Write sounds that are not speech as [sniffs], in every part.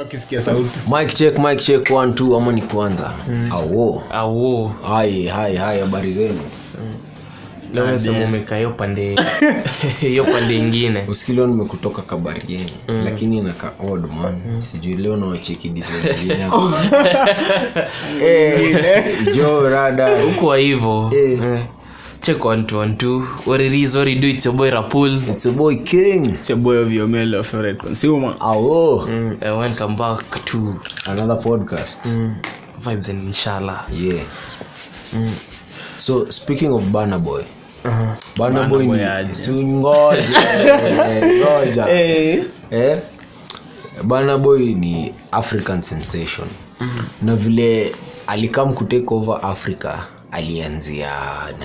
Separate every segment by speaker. Speaker 1: ukisikia sauti
Speaker 2: Mic check mic check 1 2 ama ni kuanza mm. au
Speaker 3: au
Speaker 2: hai hai hai habari zenu
Speaker 3: leo nasema umekaa hiyo pande [laughs] hiyo pande ingine
Speaker 2: usiku leo nimekutoka kabari yenu mm. lakini naka odd man mm. sijui leo nawacheki [laughs] design yako eh jo rada
Speaker 3: kuwa hivyo
Speaker 2: Eh.
Speaker 3: eh. check one two one two what it is what it do it's your boy rapul
Speaker 2: it's a boy king
Speaker 1: It's your boy of your male of favorite consumer
Speaker 2: au oh,
Speaker 3: mm. uh, welcome back to
Speaker 2: another podcast
Speaker 3: mm. vibes and inshallah
Speaker 2: yeah Mm. so speaking of bana boy
Speaker 3: uh-huh.
Speaker 2: bana
Speaker 1: Burna
Speaker 2: boy
Speaker 1: Boy aje.
Speaker 2: ni si [laughs] ngoja eh, ngoja eh, bana boy ni african sensation mm-hmm. na vile alikam kutake over africa alianzia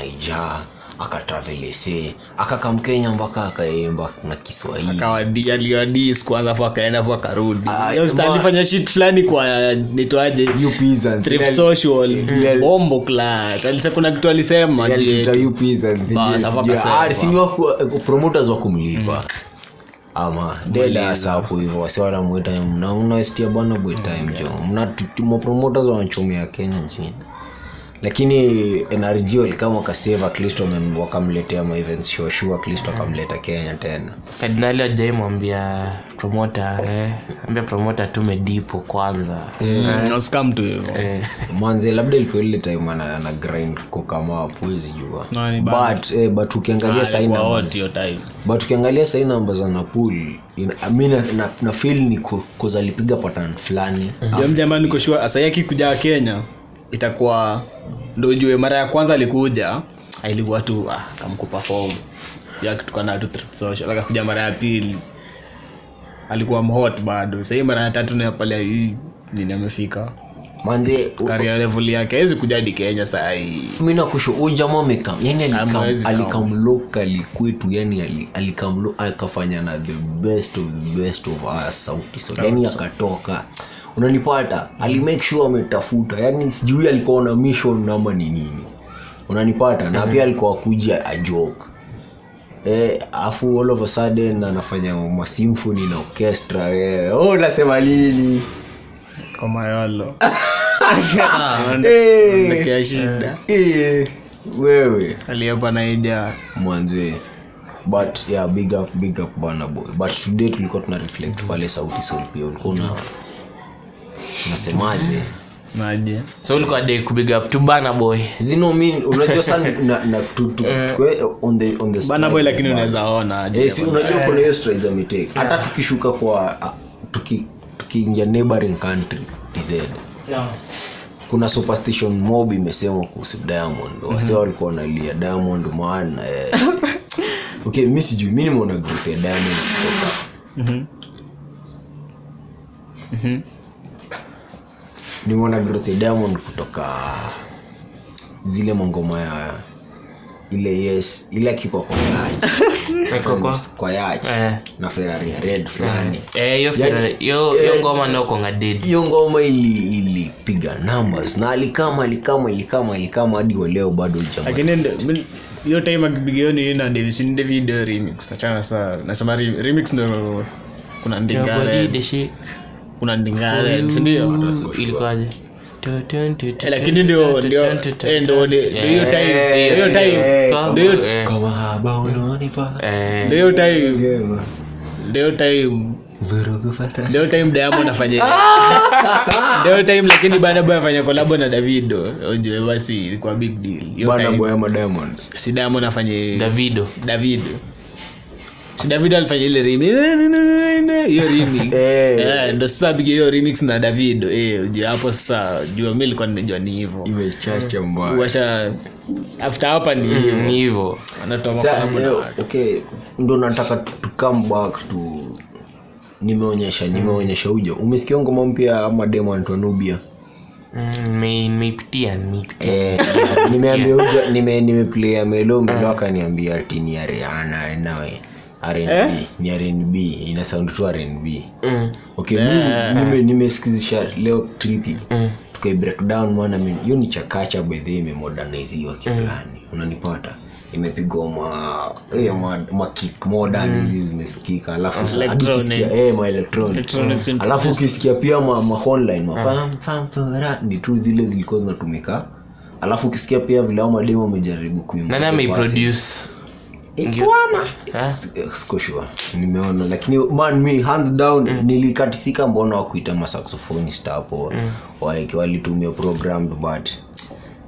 Speaker 2: niger akatravelese akakam kenya mpaka akaimba na kiswahili
Speaker 1: Akawadi- aliwadis kwanza afu akaenda afu akarudi
Speaker 2: Ah,
Speaker 1: Yo, sister
Speaker 2: ma-
Speaker 1: alifanya shit fulani kwa nitoaje
Speaker 2: You peasants.
Speaker 1: Thrift
Speaker 2: Ile-
Speaker 1: social,
Speaker 2: ile-
Speaker 1: Mm. bombo clat Alise- kuna kitu alisema
Speaker 2: Yaani
Speaker 1: je,
Speaker 2: tuta you peasants, sijui-
Speaker 1: Bas, hapa
Speaker 2: sijui.
Speaker 1: pesa Mm.
Speaker 2: Ah,
Speaker 1: hapa.
Speaker 2: si ni waku- promoters wa kumlipa ama dedasa hapo hivyo wasiwanamwita mna unaestia bwana boy
Speaker 1: Mm,
Speaker 2: time jo mna tu- mapromoters wanachomea kenya nchini lakini nrg walikama wakaseva klisto wamem- wakamletea maevents shoshua
Speaker 1: Mm.
Speaker 2: klisto akamleta kenya tena
Speaker 3: kardinali ajaimwambia promota eh. ambia promota tume dipo kwanza
Speaker 1: Mm, usikam tu hivyo.
Speaker 3: eh.
Speaker 2: mwanze labda ilikuwa ile time ana ana grind kokama apuwezi jua
Speaker 1: Nani bana?
Speaker 2: but, eh, but ukiangalia
Speaker 1: Ah,
Speaker 2: sahi
Speaker 1: alikuwa
Speaker 2: numbers-
Speaker 1: hot hiyo time.
Speaker 2: but ukiangalia sahii namba za napul mi na, na, na fil ni koza alipiga patan fulani
Speaker 1: Jam- jamaa niko sure asahii akikuja kenya itakuwa ndo ujue mara ya kwanza alikuja ah, ilikuwa tu ah, kamkupafom yakitukana tu Thrift Social. akakuja mara ya pili alikuwa mhot bado sahii mara ya tatu nayo pale hii nini amefika
Speaker 2: manze u-
Speaker 1: karia level yake awezi kuja hadi kenya sahii
Speaker 2: mi nakusho huyu jamaa amekam yani
Speaker 1: Hamwezi kama.
Speaker 2: alikamlokali kwetu yani ali- alikam lo- akafanya na the best of the best of our sauti so yani akatoka unanipata alimake sure ametafuta yani sijui alikuwa na mission ama ni nini unanipata na pia alikuwa kuja ajoke Eh, afu all of a sudden anafanya masimfoni na orchestra eh. oh, nasema nini
Speaker 1: kamayolo
Speaker 2: Ah.
Speaker 1: Ah,
Speaker 2: eh,
Speaker 1: ndekea shida
Speaker 2: eh, wewe
Speaker 1: aliyepa naija
Speaker 2: mwanzee but yeah big up big up bana boy but today tulikuwa tuna reflect pale sauti sol pia ulikuwa una unasemaje
Speaker 1: Mm. naje
Speaker 3: so ulikuwa dai kubig up tu bana boy
Speaker 2: zino mi unajua
Speaker 1: [laughs]
Speaker 2: sana na, na tu, tu, tukwe on the on the
Speaker 1: Eh. bana boy
Speaker 2: strides
Speaker 1: lakini
Speaker 2: of
Speaker 1: unaweza ona
Speaker 2: bana.
Speaker 1: aje
Speaker 2: Eh, si unajua kuna hiyo strides ametake hata tukishuka kwa ah, tuki tukiingia neighboring country dz kuna superstition mob imesema kuhusu diamond
Speaker 3: Mhm.
Speaker 2: wase walikuwa wanalia diamond maana eh.
Speaker 3: [laughs]
Speaker 2: okay mi sijui mi nimeona growth ya diamond kutoka
Speaker 3: Mhm.
Speaker 2: nimeona growth ya diamond kutoka zile mangoma ya ile yes ile akikwa kwa yaji
Speaker 3: Koko.
Speaker 2: kwa yaji
Speaker 3: Eh.
Speaker 2: na ferari ya red fulani
Speaker 3: Eh, hiyo fira- hiyo hiyo ngoma naokonga dedi
Speaker 2: hiyo ngoma ili ilipiga numbers na alikama alikama alikama alikama hadi waleo bado jamaa
Speaker 1: lakini ndo- mi- hiyo time akibigioni na devisinde video remix nachana saa nasema re- remix ndo kuna
Speaker 3: Your body, the
Speaker 1: ndingare
Speaker 3: shake
Speaker 1: kuna
Speaker 3: Ya, for
Speaker 1: ndingare
Speaker 3: you.
Speaker 1: sindio
Speaker 3: Ilikuwaje?
Speaker 1: Eh, lakini ndio ndio eh, ndio ndio hiyo time eh, hiyo time
Speaker 3: Kama-
Speaker 1: ndio hiyo-
Speaker 3: eh,
Speaker 2: Eh, kama haba unaonipa
Speaker 3: eh,
Speaker 1: ndio hiyo time
Speaker 2: Gema,
Speaker 1: ndio hiyo time
Speaker 2: vurugu fata
Speaker 1: ndio hiyo time diamond
Speaker 3: [laughs]
Speaker 1: afanye ndio hiyo time lakini bana boy afanya collab na davido unjue basi ilikuwa big deal hiyo
Speaker 2: bana
Speaker 1: time
Speaker 2: boy ama diamond
Speaker 1: si diamond afanye
Speaker 3: davido
Speaker 1: davido si davido alifanya ile remix. Eh, hiyo remix
Speaker 2: Eh.
Speaker 1: Eh, ndo sasa apiga hiyo remix na davido Eh, juu hapo sasa jua mi likuwa nimejua ni hivo
Speaker 2: imechacha mbaya
Speaker 1: washa after hapa
Speaker 3: Mm.
Speaker 1: ni hivo
Speaker 3: ni hivo
Speaker 1: anatoa
Speaker 2: Sa-
Speaker 1: makolabo na
Speaker 2: eh,
Speaker 1: watu.
Speaker 2: okay ndo nataka tu- to come back to nimeonyesha nimeonyesha uja umesikia ngoma mpya ama diamond wa nubia
Speaker 3: Mm, nime- nimeipitia nimeipitia
Speaker 2: Eh, nimeambia uja nime nimeplaya melo melo akaniambia ati ni ariana nawe rnb ni rnb ina sound tu rnb
Speaker 3: Mm,
Speaker 2: okay mi nime- nimesikizisha leo tripi
Speaker 3: mm.
Speaker 2: tukai breakdown maana mi- hiyo ni chakacha bedhe imemodernaiziwa kiplani unanipata imepigwa ma, eh, ma, ma kick modern hizi zimesikika alafu sa- hadi
Speaker 1: Electronics.
Speaker 2: ukisikia- eh, ma electronics. Mm.
Speaker 1: Electronics and
Speaker 2: alafu ukisikia pia ma, ma online ma pam, pam, pam, ni tu zile zilikuwa zinatumika alafu ukisikia pia vile au mademu wamejaribu kuimba
Speaker 3: nani ameiproduce Eh?
Speaker 2: sikoshua nimeona lakini man me hands down
Speaker 3: Mm.
Speaker 2: nilikatisika mbona wakuita masaxophonist hapo
Speaker 3: Mm.
Speaker 2: waeke walitumia programmed but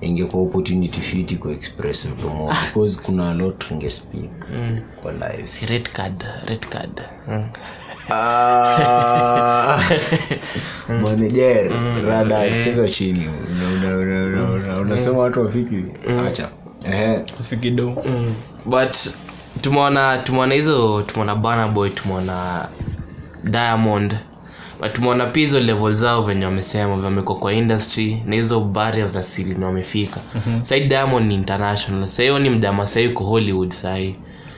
Speaker 2: ingekuwa opportunity fiti ku express
Speaker 3: [laughs]
Speaker 2: utomo because kuna a lot nge speak
Speaker 3: Mm.
Speaker 2: kwa lives
Speaker 3: [laughs] Si red card red card Mm.
Speaker 2: Ah,
Speaker 3: Mm.
Speaker 2: manager rada cheza chini Una- una- una- una-
Speaker 3: Mm.
Speaker 2: una- unasema watu wafiki acha ehe
Speaker 1: fikido
Speaker 3: Mm. but tumeona tumeona hizo tumeona banaboy tumeona diamond but tumeona pia hizo level zao venye wamesema venye wamekuwa kwa industry na hizo barriers na silini wamefika
Speaker 1: Mhm.
Speaker 3: mm-hmm. sahii diamond ni international sahii ni mdama sahii uko hollywood sahii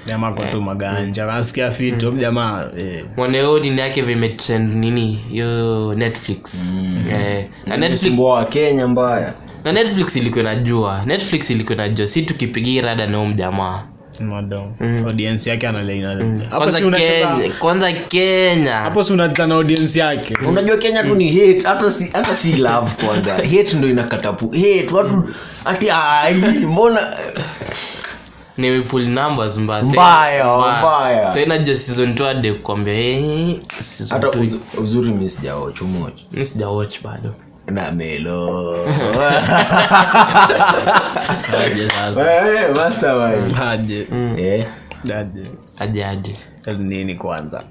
Speaker 1: jamaa kwa tu maganja nasikia fito jamaa eh,
Speaker 3: mwaneo dini yake vimetrend nini hiyo netflix mm.
Speaker 1: Mm-hmm.
Speaker 3: eh, na netflix
Speaker 2: mboa wa kenya mbaya
Speaker 3: na netflix ilikuwa inajua netflix ilikuwa inajua si tukipigia rada nao mjamaa
Speaker 1: madam audience yake analina hapo si
Speaker 3: Mm. kwanza
Speaker 1: unacheza
Speaker 3: kenya kwanza kenya
Speaker 1: hapo si unacheza na audience yake
Speaker 2: unajua kenya tu ni hate hata si, hata si love kwanza hate ndo inakatapu hate watu ati ai mbona eh,
Speaker 3: ni pull numbers mbaya Sasa-
Speaker 2: Mbaya, mbaya.
Speaker 3: Sasa najua season 2 hadi kukwambia eh season
Speaker 2: hata
Speaker 3: 2
Speaker 2: uz, uzuri mi sijaocho moja
Speaker 3: mimi sijawatch bado
Speaker 2: na melo
Speaker 1: aje sasa
Speaker 2: [laughs] Wewe, mastermind.
Speaker 1: aje
Speaker 2: Eh,
Speaker 1: aje
Speaker 3: aje aje
Speaker 1: Tell nini kwanza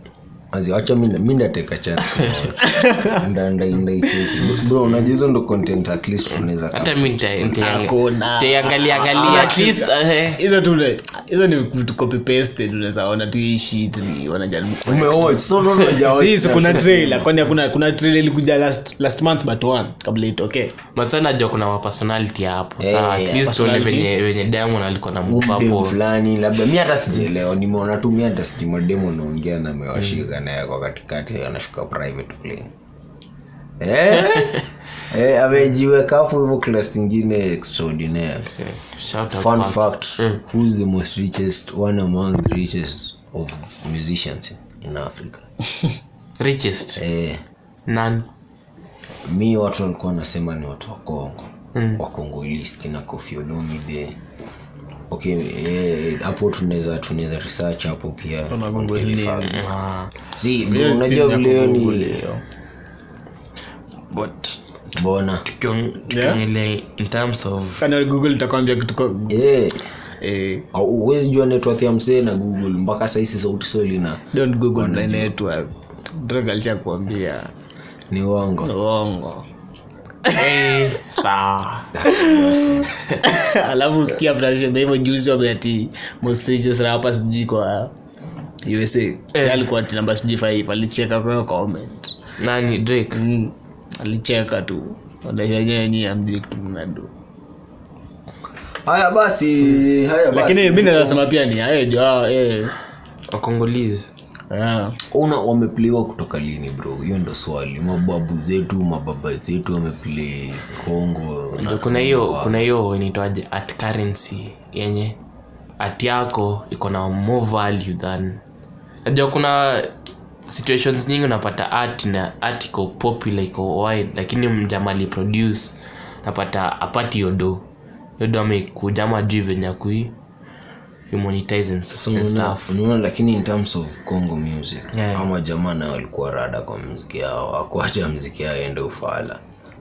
Speaker 2: wazi, wacha mi na- mi ndateka chance [laughs] Nda- nda- ndaicheki. bro unajua hizo ndo content at least tunaweza
Speaker 3: hata mimi nita-
Speaker 1: Hakuna.
Speaker 3: nita- nitaiangalia
Speaker 2: Ah,
Speaker 3: angalia at least eh
Speaker 1: hizo tu ni- hizo ni vitu copy pasted unaweza ona tu hii shit ni wanajaribu ku-
Speaker 2: umewatch so no, no, hujaoch.
Speaker 1: Sisi kuna trailer kwani hakuna kuna trailer ilikuja last last month but one kabla itoke
Speaker 3: Matsa najua kuna mapersonality hapo
Speaker 2: Eh,
Speaker 3: saa at least tuone
Speaker 1: personality.
Speaker 3: venye venye Diamond alikuwa na move
Speaker 2: umdemu
Speaker 3: hapo
Speaker 2: fulani labda mi hata sijaelewa nimeona tu mi hata sijui mademu anaongea na amewashika naye kwa katikati anashuka private plane eh? eh, amejiweka afu hivyo class ingine extraordinaire
Speaker 3: shout out
Speaker 2: fun
Speaker 3: kwake.
Speaker 2: fact who's the most richest one among the richest of musicians in africa
Speaker 3: richest
Speaker 2: eh,
Speaker 3: nani
Speaker 2: mi watu walikuwa wanasema ni watu wa kongo mm. wakongoliski na Koffi Olomide. okay eh, hapo tunaweza tunaweza research hapo pia
Speaker 1: Wanagongoli.
Speaker 2: Really fact.
Speaker 3: Ah,
Speaker 2: Si, bro, unajua vile hiyo ni
Speaker 3: but
Speaker 2: mbona
Speaker 3: tukion- tukiongelea in terms of
Speaker 1: kani google itakwambia kitu ko-
Speaker 2: Eh,
Speaker 1: eh,
Speaker 2: au- huwezi jua network ya msee na google mpaka sahizi sauti sol ina
Speaker 1: don't google my network drug alishakuambia
Speaker 2: ni uongo
Speaker 1: uongo
Speaker 3: Eh, sawa
Speaker 1: alafu usikia mnashema hivyo juzi wameati mosrapa sijui kwa usa eh. alikuwa ati namba sijui five alicheka kwayo comment
Speaker 3: nani drake
Speaker 1: mm. alicheka tu odashanyenyi amjui kitu mnadu
Speaker 2: haya basi haya basi.
Speaker 1: lakini mi nazasema pia ni ae jua eh. Ah,
Speaker 3: wakongolizi
Speaker 1: yeah.
Speaker 2: una wamepliwa kutoka lini bro hiyo ndo swali mababu zetu mababa zetu wameplay kongo
Speaker 3: Ndio kuna hiyo kuna hiyo inaitwaje at currency yenye at yako iko na more value than najua kuna situations nyingi unapata art na art iko popular iko wide lakini mjamali produce napata apati yodo yodo amekuja ama juu venye akui kumonetize and,
Speaker 2: So,
Speaker 3: so, and
Speaker 2: unaona-
Speaker 3: stuff
Speaker 2: unaona lakini in terms of congo music
Speaker 3: Yeah.
Speaker 2: ama jamaa nayo walikuwa rada kwa mziki yao akuacha mziki yao ende ufala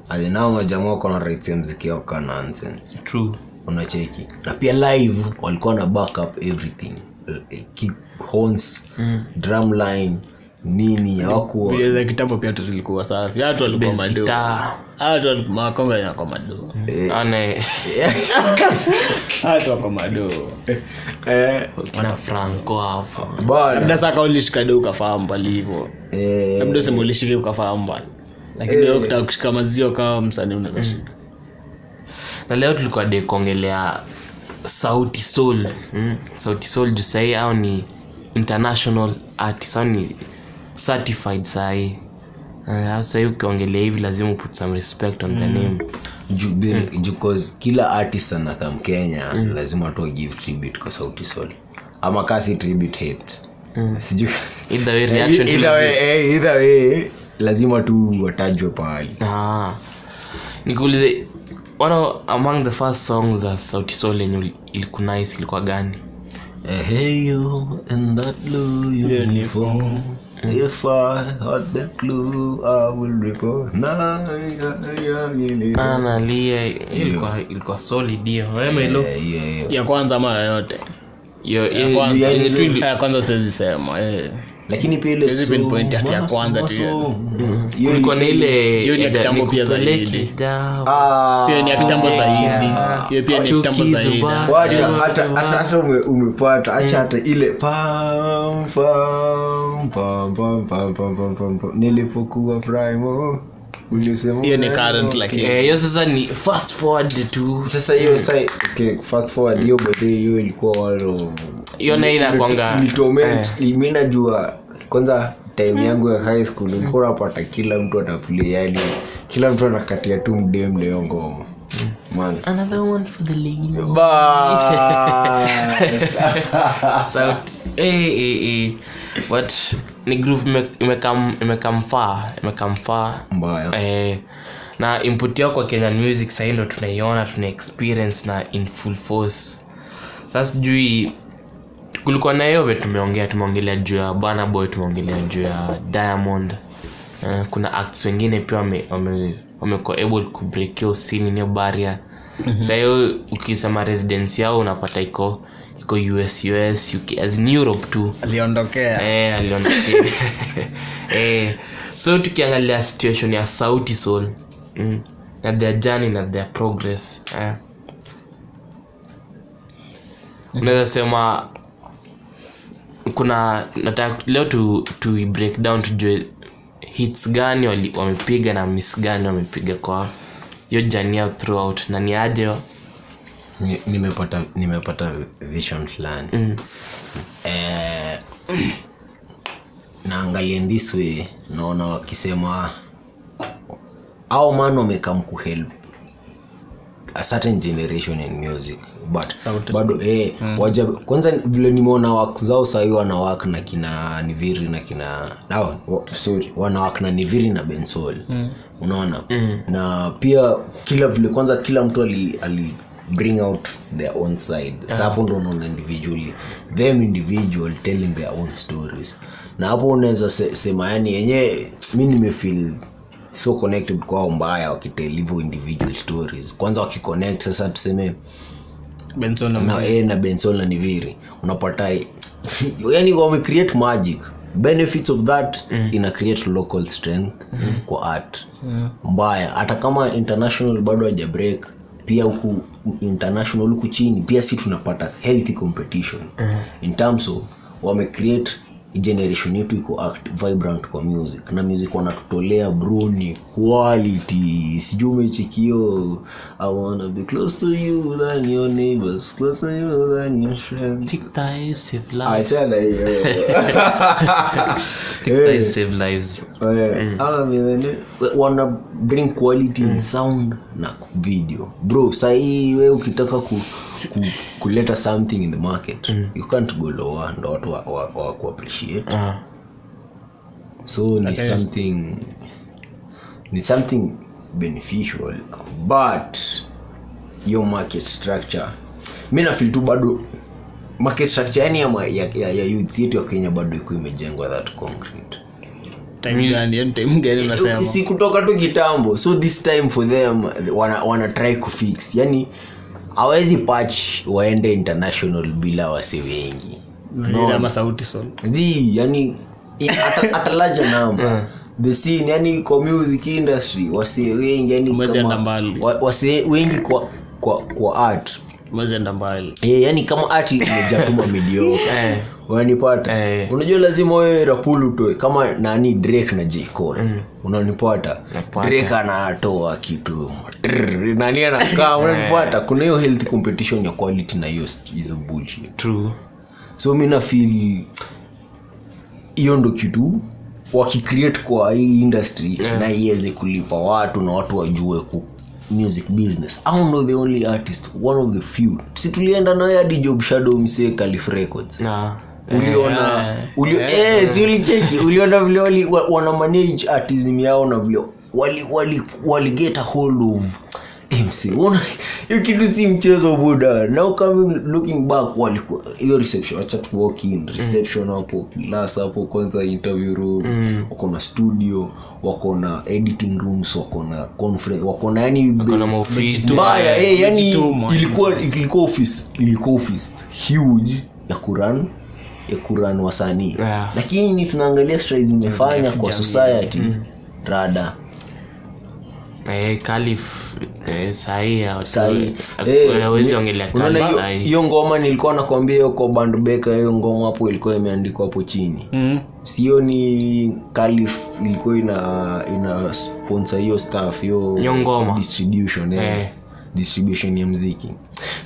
Speaker 2: alinao majamaa wako na rights ya mziki yao ka nonsense
Speaker 3: true
Speaker 2: unacheki na pia live walikuwa na backup everything Eh, kick horns drum line nini hawakuwa
Speaker 1: Vile za kitambo pia tu zilikuwa safi hatu walikuwa
Speaker 3: bass
Speaker 1: madu
Speaker 3: guitar
Speaker 1: hatu makonga nakwa madu
Speaker 3: ana
Speaker 1: hatu wako madu
Speaker 2: eh,
Speaker 3: kina franco hapo
Speaker 2: bana
Speaker 1: labda saka ulishikade ukafahamu pali hivo
Speaker 2: eh,
Speaker 1: labda useme ulishike ukafahamu bana lakini wewe ukitaka kushika maziwa kama msanii unakashika
Speaker 3: na leo tulikuwa de kuongelea sauti sol mm? sauti sol juu sahii au ni international artist au ni certified sahii Eh, sahii ukiongelea hivi lazima put some respect on the
Speaker 2: Mm.
Speaker 3: name
Speaker 2: Ju- be-
Speaker 3: Hmm.
Speaker 2: ju- 'cause kila artist anaka mkenya lazima tu give tribute kwa sauti sol ama kasi tribute hate sijui
Speaker 3: Either way, Hmm. reaction to
Speaker 2: either way, eh, either way lazima tu watajwe pahali
Speaker 3: Ah. nikuulize one of, among the first songs za sauti sol yenye ilikunais ilikuwa gani
Speaker 2: Eh, hey you in that blue uniform
Speaker 3: Hmm.
Speaker 2: if i had the clue i will report na ya- ya- ya-
Speaker 3: Ah, nalia ilikuwa ilikuwa solid hiyo wewe ilo
Speaker 2: Eh, yeah, yeah.
Speaker 1: ya kwanza ama yoyote
Speaker 3: Yo- yo-
Speaker 2: kwanza.
Speaker 3: yo- yenye tu ili-
Speaker 1: ya kwanza eh. siwezisema
Speaker 2: lakini pia ile
Speaker 1: Siwezi pinpoint
Speaker 2: soul,
Speaker 1: hati ya
Speaker 2: maso,
Speaker 1: kwanza tu ya-
Speaker 2: maso. Hiyo
Speaker 3: kulikuwa na ile
Speaker 1: Jioni ya
Speaker 3: ya-
Speaker 1: kitambo pia
Speaker 3: nikupeleke
Speaker 1: zaidi.
Speaker 3: japo.
Speaker 2: Ah,
Speaker 1: pia ni ya kitambo zaidi hiyo pia ni ya kitambo
Speaker 3: Chukizo
Speaker 1: zaidi Eh.
Speaker 3: bado.
Speaker 2: wacha
Speaker 1: Yaani,
Speaker 3: Ewa,
Speaker 2: hata
Speaker 3: ewa.
Speaker 2: hata hata ume- umepata acha
Speaker 1: Mm.
Speaker 2: hata ile pam pam pam pam pam pam pam pam pam nilipokuwa primo ulisema
Speaker 1: hiyo ni
Speaker 2: unanipa-
Speaker 1: current lakini
Speaker 3: Eh, hiyo sasa ni fast forward tu
Speaker 2: sasa hiyo sa okay, fast forward hiyo birthday hiyo ilikuwa one of
Speaker 3: hiyo nayo inakwanga
Speaker 2: Ni
Speaker 1: Eh.
Speaker 3: Eh.
Speaker 2: torment. mi najua kwanza
Speaker 1: Mm.
Speaker 2: time yangu ya high school ulikuwa unapata kila mtu anaplay yani kila mtu anakatia tu mdem leo ngoma
Speaker 1: Mm.
Speaker 2: Man.
Speaker 3: another one for the lady
Speaker 1: Ah.
Speaker 2: Bye.
Speaker 1: [laughs]
Speaker 3: sauti eh, eh, eh. but ni group imekamfaa imekamfaa
Speaker 2: mbaya
Speaker 3: eh, na input yao kwa kenyan music sahii ndo tunaiona tuna experience na in full force sasa sijui kulikuwa na yove tumeongea tumeongelea juu ya bana boy tumeongelea juu ya diamond eh, kuna acts wengine pia wamekuwa wame, wamekuwa able kubreak hiyo scene hiyo barrier sahiyo ukisema residence yao unapata iko iko us us uk as in europe tu
Speaker 1: aliondokea
Speaker 3: Eh, alionekana. [laughs] Eh, so tukiangalia situation ya sauti sol mm. na their journey na their progress eh. unaweza sema kuna nataka leo tu, tu break down tujue hits gani wali- wamepiga na miss gani wamepiga kwa hiyo jani yao throughout na ni aje
Speaker 2: Ni- nimepata nimepata vision fulani mm. eh, [clears throat] naangalia in this way naona wakisema "Ah, au man wamekam kuhelp a certain generation in music but bado eh, waja kwanza vile nimeona wak zao sahii wanawak na kina niviri na kina no, sorry wanawak na niviri na bensol mm. unaona mm. na pia kila vile kwanza kila mtu ali, ali bring out their own side yeah. hapo ndo unaona individually them individual telling their own stories na hapo unaweza se, sema yani yenyewe mi nimefeel so connected kwao mbaya wakitell hivyo individual stories kwanza wakiconnect sasa tuseme
Speaker 1: benson na
Speaker 2: na yeye na benson na niviri unapata [sniffs] yani wamecreate magic benefits of that mm. ina create local strength mm. kwa art mm. mbaya hata kama international bado haja break pia huku international huku chini pia si tunapata healthy competition mm. in terms of wamecreate generation yetu iko act- vibrant kwa music na music wanatutolea bruni quality sijui umechikio i wanna be close to you than your neighbors close to you than your friends
Speaker 3: Thick thighs save lives.
Speaker 2: achana [laughs] hiyo
Speaker 3: Thick thighs save lives
Speaker 2: Eh, hawa millennial- wa- wana bring quality in sound na video bro sahii we ukitaka ku, ku, kuleta something in the market you can't go lower ndo watu wa, wa, wa kuappreciate
Speaker 3: Ah.
Speaker 2: so ni something ni something beneficial but your market structure mi nafil tu bado market structure yani ya, ma- ya, ya, ya youth yetu ya kenya bado iko imejengwa that concrete
Speaker 1: time gani yani time gani unasema
Speaker 2: si kutoka tu kitambo so this time for them wana, wana try kufix yani hawezi patch waende international bila wase wengi
Speaker 1: Ile ama sauti sol
Speaker 2: z yani i-
Speaker 1: [laughs]
Speaker 2: ata- at a larger number the scene yani kwa music industry wase wengi yani
Speaker 1: Mwezi enda
Speaker 2: kama,
Speaker 1: mbali.
Speaker 2: wa, wase wengi kwa kwa kwa art
Speaker 1: umezienda mbali
Speaker 2: yeah, yani kama
Speaker 1: [laughs]
Speaker 2: art imejatuma mediocre
Speaker 3: Eh.
Speaker 2: wanipata
Speaker 3: Eh.
Speaker 2: unajua lazima wewe rapulu utoe kama nani drake na jcon mm. unanipata
Speaker 3: Napata.
Speaker 2: drake anatoa kitu trrr, nani anakaa
Speaker 3: [laughs] Eh.
Speaker 2: unanipata kuna hiyo health competition ya quality na hiyo hizo bullshit
Speaker 3: true
Speaker 2: so mi nafil hiyo ndo kitu wakicreate kwa hii industry
Speaker 3: Yeah.
Speaker 2: yeah. na iweze kulipa watu na watu wajue ku music business au ndo the only artist one of the few si tulienda naye hadi job shadow msee calif records
Speaker 3: na
Speaker 2: uliona ulio- eh, si ulicheki uliona vile wali- wa- wana manage artism yao na vile wali, wali, wali get a hold of MC Unaona, hiyo kitu si mchezo buda now coming looking back walikuwa hiyo reception acha tu walk in reception hapo class hapo kwanza interview room
Speaker 3: Mm.
Speaker 2: wako na studio wako na editing rooms wako na conference wako na yani
Speaker 3: wako na maofisi
Speaker 2: mbaya eh, yani
Speaker 1: Mejitumwa.
Speaker 2: ilikuwa ilikuwa office ilikuwa office huge ya kuran ya kuran wasanii
Speaker 3: Yeah. Mm,
Speaker 2: lakini ni tunaangalia strides imefanya kwa society Mm. rada
Speaker 3: eh, kalif eh, sahii
Speaker 2: Sahi. Eh,
Speaker 3: awezi
Speaker 2: ni-
Speaker 3: ongelea
Speaker 2: unaona
Speaker 3: kalif
Speaker 2: hiyo-
Speaker 3: sahii
Speaker 2: hiyo ngoma nilikuwa nakwambia hiyo kwa bandbeka hiyo ngoma hapo ilikuwa imeandikwa hapo chini
Speaker 1: Mm.
Speaker 2: sio ni kalif ilikuwa ina ina sponsor hiyo staff hiyo
Speaker 3: Hiyo ngoma.
Speaker 2: distribution eh.
Speaker 3: Eh.
Speaker 2: distribution ya mziki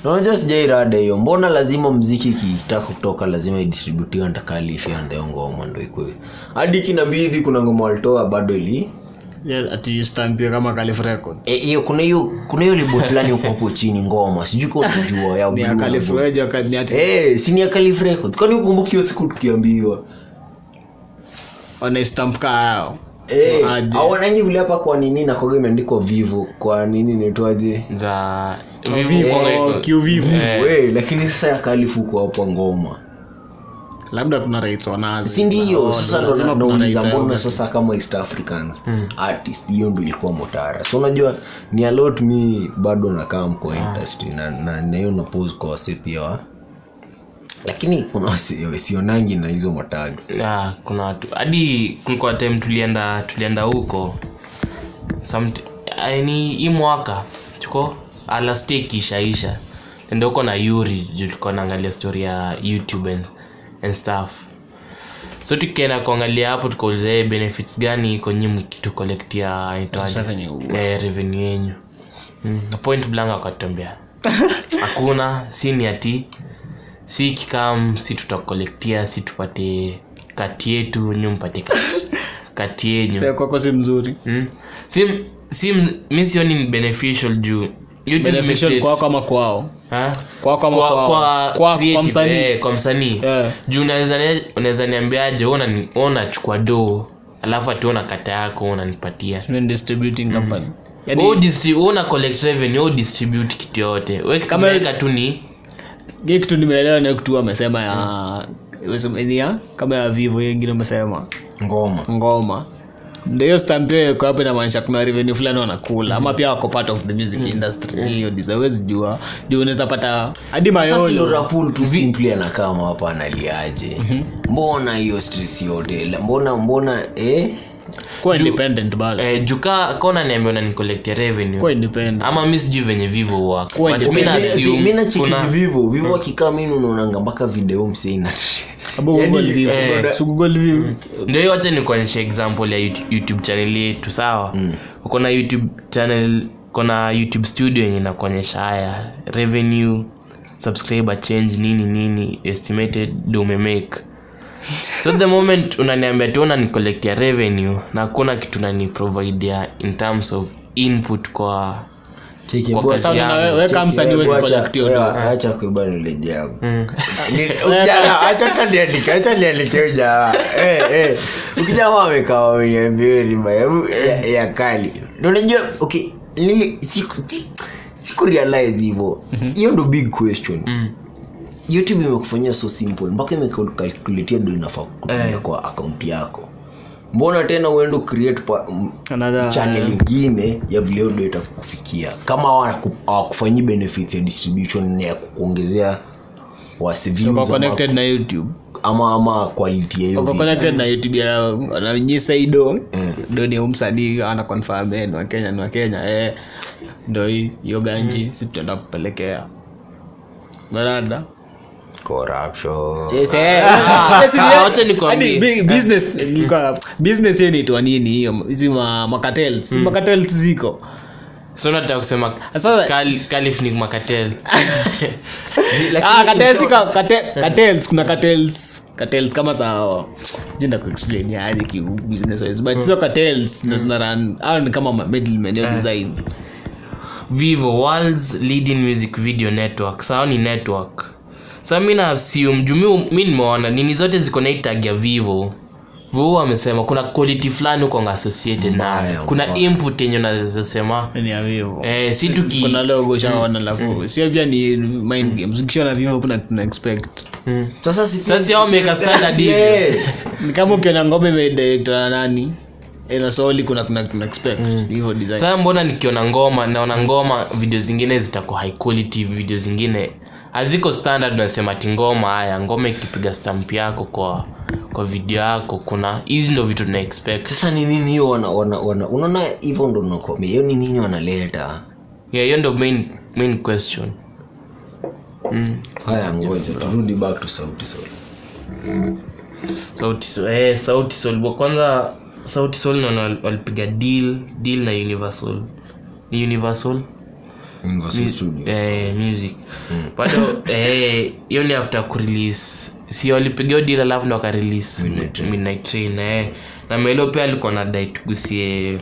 Speaker 2: Na unajua sijai rada hiyo mbona lazima mziki ikitaka kutoka lazima idistributiwe nda kalif yandayo ngoma ndo ikwe hadi kinabidhi kuna ngoma walitoa bado ili
Speaker 1: Yeah, ati stampiwe kama Caliph Record.
Speaker 2: Eh, hiyo kuna hiyo kuna hiyo libo fulani huko hapo chini ngoma sijui kama unajua ya
Speaker 1: Ni ya
Speaker 2: blue na
Speaker 1: Caliph
Speaker 2: blue.
Speaker 1: Record, waka- ni ati-
Speaker 2: Eh, si ni ya Caliph Records. Kwani ukumbuki hiyo siku tukiambiwa?
Speaker 1: wanaistamp kaa yao.
Speaker 2: Eh,
Speaker 1: Aje.
Speaker 2: au wanangi vile hapa kwa nini na kwaga imeandikwa vivo kwa nini inaitwaje?
Speaker 3: za
Speaker 1: Vivo,
Speaker 3: kwa-
Speaker 1: Q Vivo.
Speaker 3: Eh.
Speaker 2: We, lakini sasa ya Caliph huko hapo ngoma.
Speaker 1: labda kuna rights wanazo.
Speaker 2: Si ndio?
Speaker 1: Oh,
Speaker 2: Sasa ndo
Speaker 1: lazima
Speaker 2: na-
Speaker 1: kuna rights
Speaker 2: nauliza
Speaker 1: yao.
Speaker 2: mbona sasa kama East Africans
Speaker 1: Hmm.
Speaker 2: artist hiyo ndio ilikuwa motara. So unajua ni a lot mi bado nakaa mko
Speaker 1: Ah.
Speaker 2: industry na na na hiyo na pose kwa wase pia wa. Lakini kuna wase wasionangi na hizo matags.
Speaker 3: Ah, kuna watu hadi kulikuwa time tulienda tulienda huko Somet- yaani hii mwaka chuko alasteki ishaisha tenda huko na yuri juu tulikuwa naangalia story ya youtube and, and stuff so tukienda kuangalia hapo tukauliza "Eh, benefits gani iko nyi mkitukolektia
Speaker 1: Revenue.
Speaker 3: Eh, revenue yenyu mm. na point blank akatutambia hakuna si ni ati si kikam si tutakolektia si tupate kati yetu nyu mpate kati kati yenyu
Speaker 1: Sasa kwako si mzuri.
Speaker 3: Mm. Sim- sim- mi sioni ni beneficial juu YouTube
Speaker 1: Beneficial
Speaker 3: imecreate-
Speaker 1: kwao kama kwao.
Speaker 3: Ha?
Speaker 1: Kwao kama
Speaker 3: Kwa-
Speaker 1: kwao.
Speaker 3: kwa-
Speaker 1: Kwa- kwa
Speaker 3: creative,
Speaker 1: msanii.
Speaker 3: eh, kwa msanii
Speaker 1: Yeah.
Speaker 3: juu unaweza ni- unaweza niambiaje wewe unani- wewe unachukua doo alafu atuona kata yako wewe unanipatia
Speaker 1: Ni distributing company. Yaani,
Speaker 3: Wewe distri- wewe una collect revenue wewe distribute kitu yote wewe
Speaker 1: Kama-
Speaker 3: kama tu ni
Speaker 1: hii kitu nimeelewa na kitu amesema ya wasema- ni ya- kama ya vivo hiyo ingine amesema
Speaker 2: Ngoma.
Speaker 1: ngoma Ndio hiyo stamp hiyo iko hapo inamaanisha kuna revenue fulani wanakula ama pia wako part of the music industry hiyo disawezi jua juu unaweza pata hadi
Speaker 2: Sasa si
Speaker 1: mayolo
Speaker 2: Liverpool tu simply anakaa hapa analiaje? Mbona hiyo stress yote? La- Mbona mbona eh?
Speaker 1: kuwa independent bado
Speaker 3: eh, juu kaa kona niambia unanicollectia
Speaker 1: kuwa
Speaker 3: revenue
Speaker 2: Ah.
Speaker 1: independent
Speaker 3: ama mi sijui venye vivo wako
Speaker 1: Wewe
Speaker 3: But
Speaker 1: ndio-
Speaker 3: mi na assume
Speaker 2: Mi na chiki
Speaker 3: kuna-
Speaker 2: vivo vivo akikaa mimi unaonanga mpaka video Yaani, msina.
Speaker 1: Abu Google vivo
Speaker 3: eh.
Speaker 1: Si Google vivo
Speaker 3: ndio hiyo wacha nikuonyesha example ya YouTube- youtube channel yetu sawa mm. kuna youtube channel kuna youtube studio yenye inakuonyesha haya revenue subscriber change nini nini estimated do umemake so the moment unaniambia tuona ni collectia revenue na hakuna kitu naniprovidea in terms of input kwa
Speaker 2: Cheki
Speaker 3: Kwa
Speaker 2: bwa-
Speaker 3: kazi
Speaker 1: Sasa
Speaker 3: yangu.
Speaker 1: unawe- weka msanii
Speaker 2: Cheki,
Speaker 1: huwezi
Speaker 2: bwa, acha-
Speaker 1: collect hiyo
Speaker 2: wewe,
Speaker 1: dola.
Speaker 2: Acha kuibana ile jago.
Speaker 3: mm.
Speaker 2: [laughs] Ni- ujana, acha hata niandike, acha niandike huyu jamaa. Eh, eh. Ukija wao wamekaa wameniambia hiyo ni mayabu ya- ya kali. Na unajua okay, nili siku ti- siku realize hivyo.
Speaker 1: Mhm.
Speaker 2: Hiyo ndo big question.
Speaker 3: Mm.
Speaker 2: YouTube imekufanyia so simple mpaka imekukalculatia ndo inafaa kutumia
Speaker 3: Eh.
Speaker 2: kwa akaunti yako. Mbona tena uende create pa, m-
Speaker 1: Another-
Speaker 2: channel ingine ya vileo ndo itakufikia kama hawaku- hawakufanyi benefits ya distribution na ya kukuongezea wasi views
Speaker 1: uko
Speaker 2: ama-
Speaker 1: connected na youtube
Speaker 2: ama ama quality ya hiyo
Speaker 1: uko
Speaker 2: video.
Speaker 1: connected na youtube ya ananyisaido
Speaker 3: Mm.
Speaker 1: do ni umsanii ana confirm eh, ni wakenya ni wakenya eh ndo hii hiyo
Speaker 3: Mm.
Speaker 1: ganji si tutaenda kupelekea barada
Speaker 2: corruption
Speaker 1: Yes, eh. Yes,
Speaker 3: ah,
Speaker 1: yes.
Speaker 3: wacha nikwambie. Eh.
Speaker 1: Hadi bi- business- nilikuwa- business hiyo inaitwa nini hiyo hizi ma- makatels
Speaker 3: Mm.
Speaker 1: makatels ziko
Speaker 3: so nataka kusema
Speaker 1: Sasa-
Speaker 3: Kal- kalif ni makatel
Speaker 2: Lakini
Speaker 1: Ah,
Speaker 2: in
Speaker 1: cartels
Speaker 2: short-
Speaker 1: [laughs] ika- carte- cartels, kuna cartels cartels kama za jenda kuexplain aje ki business wise but sio cartels ndo zina run au ni kama ma- middlemen yo design
Speaker 3: vivo world's leading music video network sawa ni network sa mi naasium jumi mi nimeona nini zote ziko na hii tag ya vivo vu amesema kuna quality fulani ukonga associated
Speaker 2: Mbaya,
Speaker 3: nayo kuna
Speaker 2: mbaya.
Speaker 3: input yenye unazasema
Speaker 1: ni ya vivo
Speaker 3: eh, si tuki
Speaker 1: kuna logo shaona lafu sio pia ni mind games ukishona vivo kuna tuna expect
Speaker 3: Mm.
Speaker 2: sasa si-
Speaker 3: Sasa hao wameka standard hivi.
Speaker 2: Yeah.
Speaker 1: ni kama ukiona ngombe imedirector na nani ina soli kuna kuna kuna expect hiyo design
Speaker 3: sasa mbona nikiona ngoma naona ngoma video zingine zitakuwa high quality video zingine haziko standard unasema ati ngoma haya ngoma ikipiga stamp yako kwa kwa video yako kuna hizi ndo vitu tuna expect
Speaker 2: sasa ni nini hiyo wana- wana- wana- unaona hivyo ndo nakwambia hiyo ni nini wanaleta
Speaker 3: yeah hiyo ndo main main question mm.
Speaker 2: haya ngoja turudi back to sauti sol
Speaker 3: sauti Sol- eh, sauti sol Bo- kwanza sauti sol naona wal- walipiga deal deal na universal ni universal
Speaker 2: universal studio
Speaker 3: eh, music
Speaker 2: Mm.
Speaker 3: bado eh, hiyo ni after kurelease si walipiga hiyo deal alafu ndo wakarelease
Speaker 2: Midnight Train.
Speaker 3: midnight train eh. na melo pia alikuwa na dai tugusie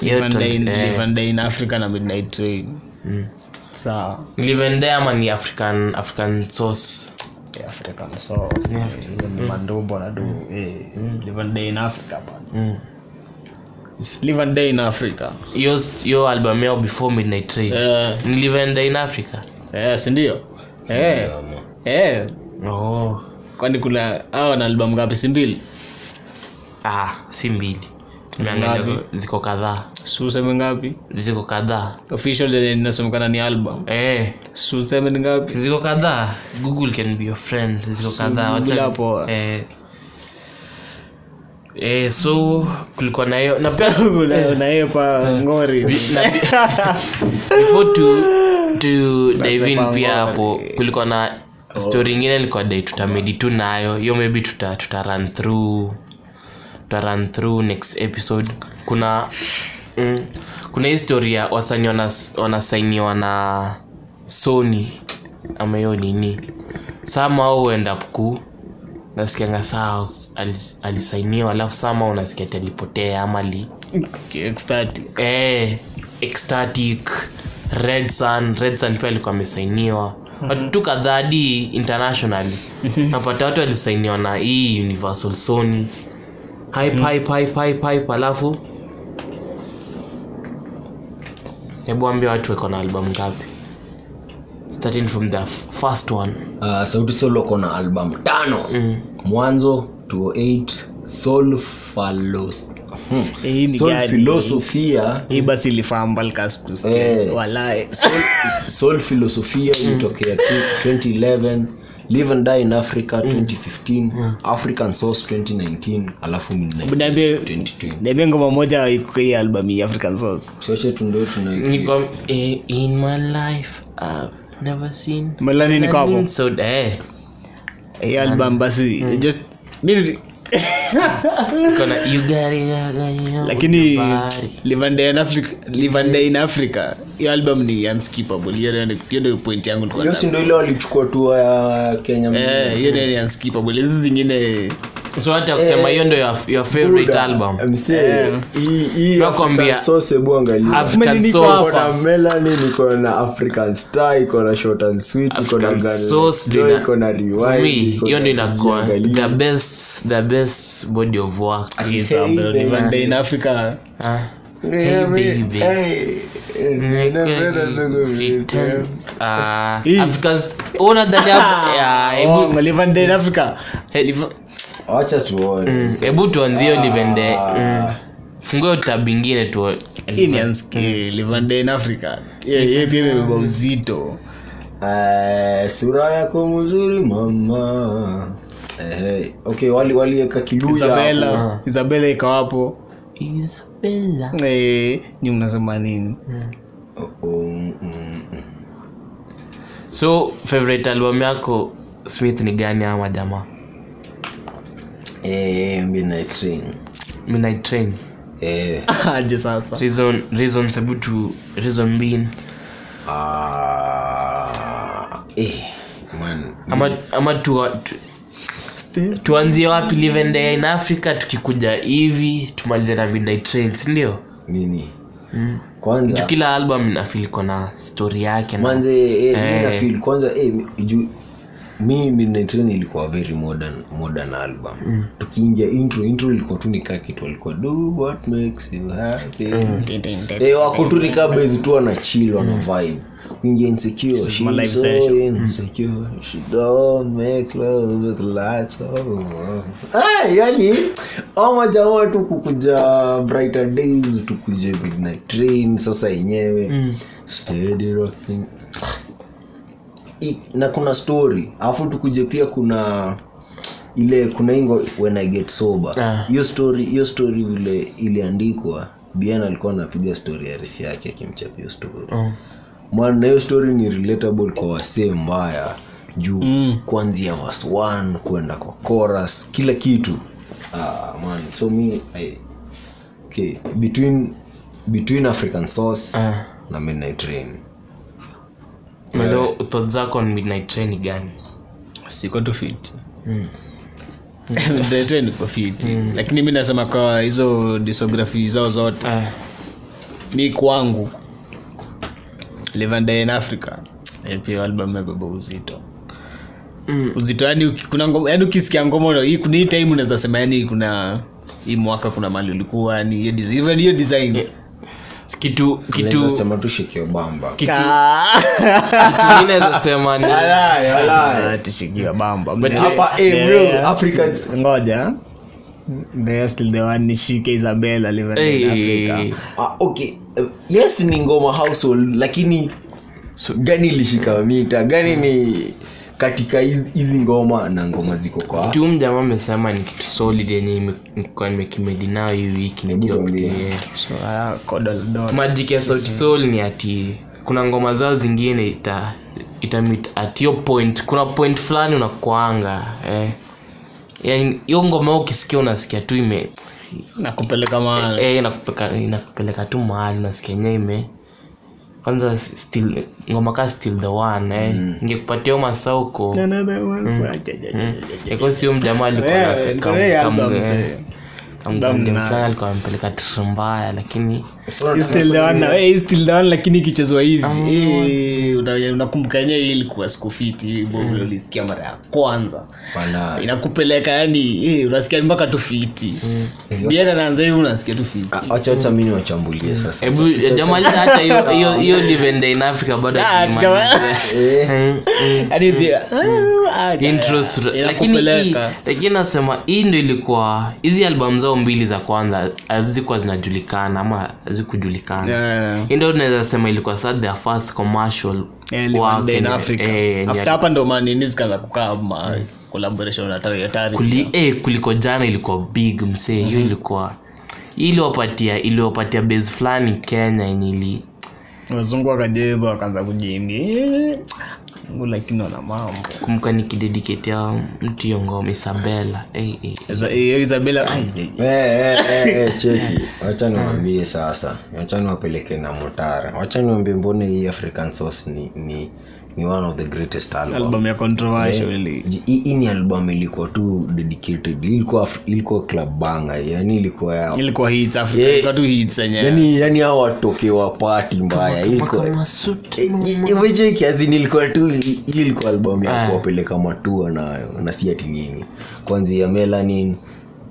Speaker 3: hiyo
Speaker 1: Van
Speaker 3: trans-
Speaker 1: Dyne-
Speaker 3: eh,
Speaker 1: Van Dyne Africa na Midnight Train sawa
Speaker 3: Live and Die ama ni african african source
Speaker 1: Yeah, African sauce. Hiyo ni mandumbo na du- eh, live and die in Africa bana.
Speaker 3: Mm.
Speaker 1: Live and die in Africa.
Speaker 3: hiyo hiyo album yao before midnight train
Speaker 1: Eh,
Speaker 3: ni live and die in africa
Speaker 1: eh, sindio Eh, eh,
Speaker 3: oh.
Speaker 1: kwani kuna awa na albamu ngapi si mbili
Speaker 3: ah, si mbili nimeangalia
Speaker 1: Ngapi?
Speaker 3: ziko kadhaa
Speaker 1: suseme ngapi
Speaker 3: ziko kadhaa
Speaker 1: official zenye inasemekana ni album
Speaker 3: eh,
Speaker 1: suseme ni
Speaker 3: [laughs]
Speaker 1: ngapi
Speaker 3: ziko kadhaa google can be your friend ziko
Speaker 1: So,
Speaker 3: kadhaa
Speaker 1: Google
Speaker 3: Wacha-
Speaker 1: hapo.
Speaker 3: eh, eh, so kulikuwa na hiyo na pia
Speaker 1: Una- unaepa ngori
Speaker 3: before to, to dive in
Speaker 1: Tunasema
Speaker 3: pia
Speaker 1: ngoma.
Speaker 3: hapo kulikuwa na story ingine ilikuwa dai tutamedi tu nayo hiyo maybe tuta, tuta run through tuta run through next episode kuna mm, kuna hii story ya wasanii wanas- wanasainiwa na sony ama hiyo nini sama au end up ku nasikianga saa ali- alisainiwa alafu sama unasikia ati alipotea ama ali
Speaker 1: Kiextatic.
Speaker 3: eh, ecstatic red sun red sun pia alikuwa amesainiwa watu tu kadhaa hadi internationally napata watu walisainiwa na hii universal sony hype hype hype hype hype alafu hebu ambia watu wako na albamu ngapi starting from the f- first one
Speaker 2: Ah, sauti sol wako na albamu tano
Speaker 1: Mm.
Speaker 2: mwanzo 208 sol falos hmm.
Speaker 1: Eh, Hii ni
Speaker 2: sol
Speaker 1: gani?
Speaker 2: filosofia
Speaker 1: hii basi ilifamba likaskusikia.
Speaker 2: Eh,
Speaker 1: Walahi. [laughs]
Speaker 2: soul filosofia
Speaker 1: Mm.
Speaker 2: ilitokea tu 2011 live and die in africa
Speaker 1: Mm.
Speaker 2: 2015 african source 2019 alafu midnight
Speaker 1: Niambie-
Speaker 2: 2020
Speaker 1: niambie ngoma moja iko hii album hii african sauce
Speaker 2: Sasa tu ndio tuna
Speaker 3: Niko, eh, in my life I've never seen
Speaker 1: Melanie niko hapo.
Speaker 3: Melanie so eh,
Speaker 1: hii album basi just mi-
Speaker 3: niko na- you got it, I got it, oh,
Speaker 1: lakini
Speaker 3: body.
Speaker 1: Live and Die in Africa- Live and Die in africa hiyo album ni unskippable hiyo ndio- hiyo ndio point yangu nilikuwa
Speaker 2: hiyo
Speaker 1: na-
Speaker 2: si ndio ile walichukua tu ya Kenya
Speaker 1: Eh, hiyo ndio ni unskippable hizi zingine
Speaker 3: so hata kusema
Speaker 1: Eh,
Speaker 3: hiyo ndo your, your favorite album
Speaker 2: Ah, msee hii hii
Speaker 3: Nakwambia.
Speaker 2: African source hebu angalia
Speaker 1: Mimi
Speaker 3: African
Speaker 1: niko
Speaker 3: Source
Speaker 1: hapa.
Speaker 2: Iko na melanie niko na african star iko na short and sweet iko na
Speaker 3: African
Speaker 2: Gun-
Speaker 3: Source
Speaker 2: Joy,
Speaker 3: ndio ina-
Speaker 2: iko na
Speaker 3: for
Speaker 2: rewind
Speaker 3: me
Speaker 2: iko
Speaker 3: hiyo
Speaker 2: na
Speaker 3: ndo inakuwa
Speaker 2: Jiangalie.
Speaker 3: the best the best body of work
Speaker 1: hizo
Speaker 2: Hey,
Speaker 1: ambazo Live and Die in africa
Speaker 3: Ah,
Speaker 2: Yeah,
Speaker 3: baby.
Speaker 2: baby.
Speaker 1: Eh,
Speaker 2: Hey, napenda ndugu
Speaker 3: pretend.
Speaker 2: vitu.
Speaker 3: Ah,
Speaker 1: Hii.
Speaker 3: Africans- una
Speaker 1: [laughs]
Speaker 3: dhani hapo- yeah, hebu-
Speaker 1: Oh, Live and Die in africa
Speaker 3: he-
Speaker 2: wacha tuone
Speaker 3: mm, hebu tuanzie
Speaker 1: Ah.
Speaker 3: livende Mm. fungue tabu ingine tu
Speaker 1: hii ni unskippable. Live and Die in africa Yeah, yeah, pia imebeba uzito
Speaker 2: Eh, sura yako mzuri mama Ehe. okay wali- waliweka kiluya
Speaker 1: isabela isabela ikawapo
Speaker 3: Isabella.
Speaker 1: Eh, ni unasema nini
Speaker 2: hapo. Oh, oh, mm, mm.
Speaker 3: so favorite album yako smith ni gani ama jamaa
Speaker 2: Eh, midnight train
Speaker 3: midnight train
Speaker 2: Eh,
Speaker 1: [laughs] aje sasa
Speaker 3: reason reason sabu tu reason being
Speaker 2: ah, eh, man.
Speaker 3: ama ama tu, tu
Speaker 1: Steve.
Speaker 3: tuanzie wapi live and die in africa tukikuja hivi tumalize na midnight train sindio
Speaker 2: nini
Speaker 3: mm.
Speaker 2: kwanza
Speaker 3: Juu kila album nafil iko na story yake na
Speaker 2: manze eh,
Speaker 3: Eh.
Speaker 2: mi nafeel kwanza eh, mi- juu mi Midnight Train ilikuwa very modern modern album
Speaker 3: Mm.
Speaker 2: tukiingia intro intro ilikuwa tu nikaa kitu alikuwa do what makes you happy
Speaker 3: Mm.
Speaker 2: Eh, wako tu
Speaker 1: Mm.
Speaker 2: nikaa base tu ana chill wana vibe kuingia insecure
Speaker 1: my
Speaker 2: she's
Speaker 1: live
Speaker 2: so
Speaker 1: session. Mm.
Speaker 2: insecure she don't make love with lights on ah yani ama jamaa tu kukuja brighter days tukuje midnight train sasa yenyewe
Speaker 3: Mm.
Speaker 2: steady rocking I- na kuna story alafu tukuje pia kuna ile kuna ingo when i get sober
Speaker 3: Ah.
Speaker 2: hiyo story hiyo story vile iliandikwa bian alikuwa anapiga story ya refi yake akimchapa hiyo story
Speaker 3: Mm.
Speaker 2: mwana na hiyo story ni relatable kwa wasee mbaya juu mm. kuanzia verse 1 kwenda kwa chorus kila kitu ah, man so mi I, okay between between african source
Speaker 3: Ah.
Speaker 2: na midnight train
Speaker 3: Mano, thoughts zako on midnight train ni gani
Speaker 1: siko tu fiti [laughs] The train iko fiti lakini mi nasema kwa hizo disography zao zote
Speaker 3: Ah,
Speaker 1: mi kwangu livanda in africa eh, pia album imebeba uzito
Speaker 3: Mm.
Speaker 1: uzito yani uki- kuna ngoma- yani ukisikia ngoma na- hii- kuna hii time unaweza sema yani kuna hii mwaka kuna mali ulikuwa yani hiyo design- even hiyo design
Speaker 3: Yeah. kitu kitu
Speaker 2: Naweza sema tu shekio bamba
Speaker 3: kitu
Speaker 1: [laughs] Ka-
Speaker 2: [laughs]
Speaker 3: inawezasema ni
Speaker 1: Ah, tishikiwa bamba
Speaker 3: But,
Speaker 1: Hapa-
Speaker 2: Hapa, eh, bro,
Speaker 1: Yeah, yeah.
Speaker 2: Africans.
Speaker 1: ngoja the rest the one ni shike isabel livanda in
Speaker 3: Hey.
Speaker 1: africa
Speaker 2: Ah, okay Eh, yes ni ngoma household lakini so, gani ilishika mita gani ni katika hizi hizi ngoma na ngoma ziko kwa
Speaker 3: kitu mjama amesema ni kitu solid yenye ime- nilikuwa nimekimedi nayo hii wiki
Speaker 2: Hebu
Speaker 3: nikiwa
Speaker 2: tuambie.
Speaker 3: kwenye-
Speaker 1: so ah, Kodol Don.
Speaker 3: magic ya sauti sol ni ati kuna ngoma zao zingine ita ita meet at hiyo point kuna point fulani unakwanga eh Yaani, hiyo ngoma wewe ukisikia unasikia tu ime
Speaker 1: nakupeleka maana
Speaker 3: eh, inakupeleka inakupeleka tu mahali nasikia yenyewe ime kwanza still ngoma ka still the one eh ingekupatia masauko
Speaker 1: Another one.
Speaker 3: Mm.
Speaker 1: Acha, acha, acha.
Speaker 3: ekosio mjamaa alikuwa na
Speaker 1: Eh, Wewe,
Speaker 3: kam-
Speaker 1: kuna hii
Speaker 3: kam-
Speaker 1: album,
Speaker 3: eh,
Speaker 1: see.
Speaker 3: kam-
Speaker 1: Damu
Speaker 3: kam-
Speaker 1: na-
Speaker 3: fulani alikuwa amempeleka tiri mbaya lakini
Speaker 1: He's still the one now. Eh, he's still the one, lakini ikichezwa hivi
Speaker 3: Ah.
Speaker 1: Eh, una- unakumbuka yenyewe hii ilikuwa sikufiti hii bombo
Speaker 3: Mm.
Speaker 1: ulisikia mara ya kwanza
Speaker 2: Pana-
Speaker 1: inakupeleka yani eh, unasikia mpaka tu fiti
Speaker 3: Mm.
Speaker 1: biana anaanza hivi unasikia tu fiti
Speaker 2: Ah, wacha wacha mimi niwachambulie sasa
Speaker 3: hebu jamaliza hata
Speaker 1: [laughs]
Speaker 3: hiyo- hiyo- hiyo divende in africa bado
Speaker 1: Ah,
Speaker 3: hatujaimaliza.
Speaker 2: Eh,
Speaker 3: Mm, mm.
Speaker 1: [laughs] Hadi the- Ah, ah,
Speaker 3: Intro sur- Mm. lakini hii-
Speaker 1: inakupeleka.
Speaker 3: lakini nasema hii ndo ilikuwa hizi albamu zao mbili za kwanza hazikuwa zinajulikana ama hazikujulikana
Speaker 1: Yeah.
Speaker 3: hii ndo naweza sema ilikuwa sa their first commercial
Speaker 1: Eh, Live
Speaker 3: work
Speaker 1: and Die in
Speaker 3: yenye-
Speaker 1: Africa.
Speaker 3: eh, yenye-
Speaker 1: After hapa ndo manini zikaanza kukaa ma collaboration na Tari- Tari.
Speaker 3: Kuli, eh, kuliko jana ilikuwa big msee hiyo ilikuwa iliwapatia iliwapatia base fulani kenya yenye ili
Speaker 1: wazungu wakajeba wakaanza kujimbi Eh, Mungu lakini wana mambo
Speaker 3: kumka nikidediketia mtu hiyo ngoma isabela eh, eh.
Speaker 1: Isa- eh, isabela ai, ai,
Speaker 2: eh, eh, eh, cheki wacha niwaambie sasa wacha niwapeleke na motara wacha niwaambie mbona hii african source ni, ni, ni one of the greatest album
Speaker 1: album ya controversial ili-
Speaker 2: Ji- hii hii ni album ilikuwa tu dedicated ilikuwa af- ilikuwa club banga yani ilikuwa ya
Speaker 1: ilikuwa hits Africa,
Speaker 2: Yeah.
Speaker 1: ilikuwa tu hits yenyewe.
Speaker 2: yani yani hao watoke wa party mbaya ilikuwa Eh,
Speaker 3: Masuti.
Speaker 2: imechekiazi nilikuwa tu hii ilikuwa album ya kuwapeleka matua nayo na si ati nini kwanzia melanin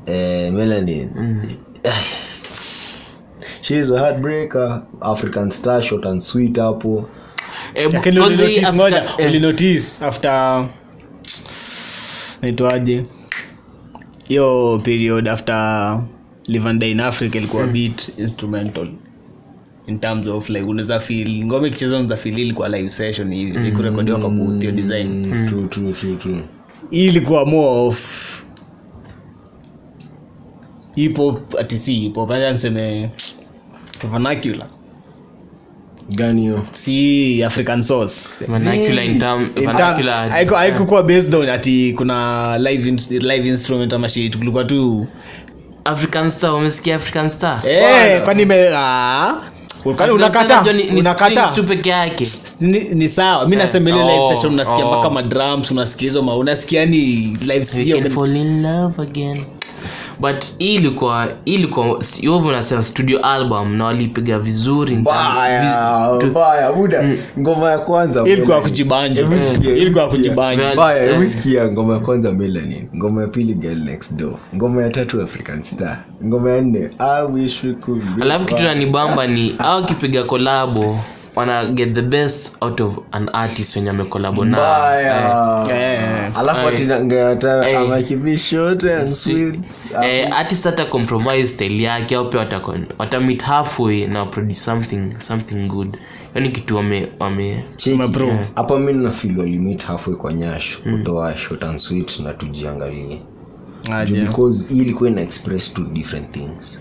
Speaker 2: eh, melanin She's a heartbreaker african star short and sweet hapo
Speaker 3: Eh, bu-
Speaker 1: Lakini
Speaker 3: kwanza hii
Speaker 1: ulinotice
Speaker 3: Afrika-
Speaker 1: moja,
Speaker 3: eh,
Speaker 1: ulinotice after naitwaje hiyo period after live and die in africa ilikuwa bit instrumental in terms of like unaweza feel ngoma ikicheza unaweza feel hii ilikuwa live session hivi ikurekodiwa kwa booth hiyo design
Speaker 2: Mm, true, true, true, true.
Speaker 1: hii ilikuwa more of hip hop ati si hip hop acha niseme vernacular
Speaker 2: gani hiyo
Speaker 1: si african source
Speaker 3: vernacular in term- vernacular-
Speaker 1: haikukuwa based on ati kuna live, ins- live instrument ama shit kulikuwa tu
Speaker 3: african star umesikia african star
Speaker 1: Eh, kwani me- ah, kwani
Speaker 3: African Star
Speaker 1: unakata
Speaker 3: unajua ni- ni strings
Speaker 1: unakata
Speaker 3: tu peke yake
Speaker 1: ni, ni sawa mi nasema ile live
Speaker 3: Oh,
Speaker 1: session unasikia
Speaker 3: oh.
Speaker 1: mpaka madrums unasikia hizo ma unasikia ni live
Speaker 3: We
Speaker 1: sio-
Speaker 3: can fall in love again but hii ilikuwa hii ilikuwa st- yovu unasema studio album na walipiga vizuri
Speaker 2: mbaya mbaya muda ngoma ya kwanza
Speaker 1: Mm. ilikuwa
Speaker 2: Melanie.
Speaker 1: kujibanja
Speaker 2: Hebu sikia, hebu
Speaker 1: ilikuwa
Speaker 2: sikia.
Speaker 1: kujibanja
Speaker 3: Well,
Speaker 2: Mbaya, hebu
Speaker 3: eh.
Speaker 2: sikia ngoma ya kwanza melani ngoma ya pili girl next door ngoma ya tatu african star ngoma ya nne I wish we could be
Speaker 3: alafu kitu
Speaker 2: friends.
Speaker 3: nanibamba ni au wakipiga kolabo wana get the best out of an artist wenye amekolabo nao
Speaker 2: Mbaya.
Speaker 1: Eh.
Speaker 2: alafu
Speaker 3: Eh.
Speaker 2: atinangata
Speaker 3: Eh. Eh, artist hata compromise style yake au pia watakon- watamit halfway na produce something something good yani kitu wame, wame
Speaker 1: Umeprove.
Speaker 2: hapa mi nafilwa limit halfway kwa nyash
Speaker 1: Mm.
Speaker 2: kutoa short and sweet na tujiangalie Ju-
Speaker 1: Aje.
Speaker 2: because hii ilikuwa ina express two different things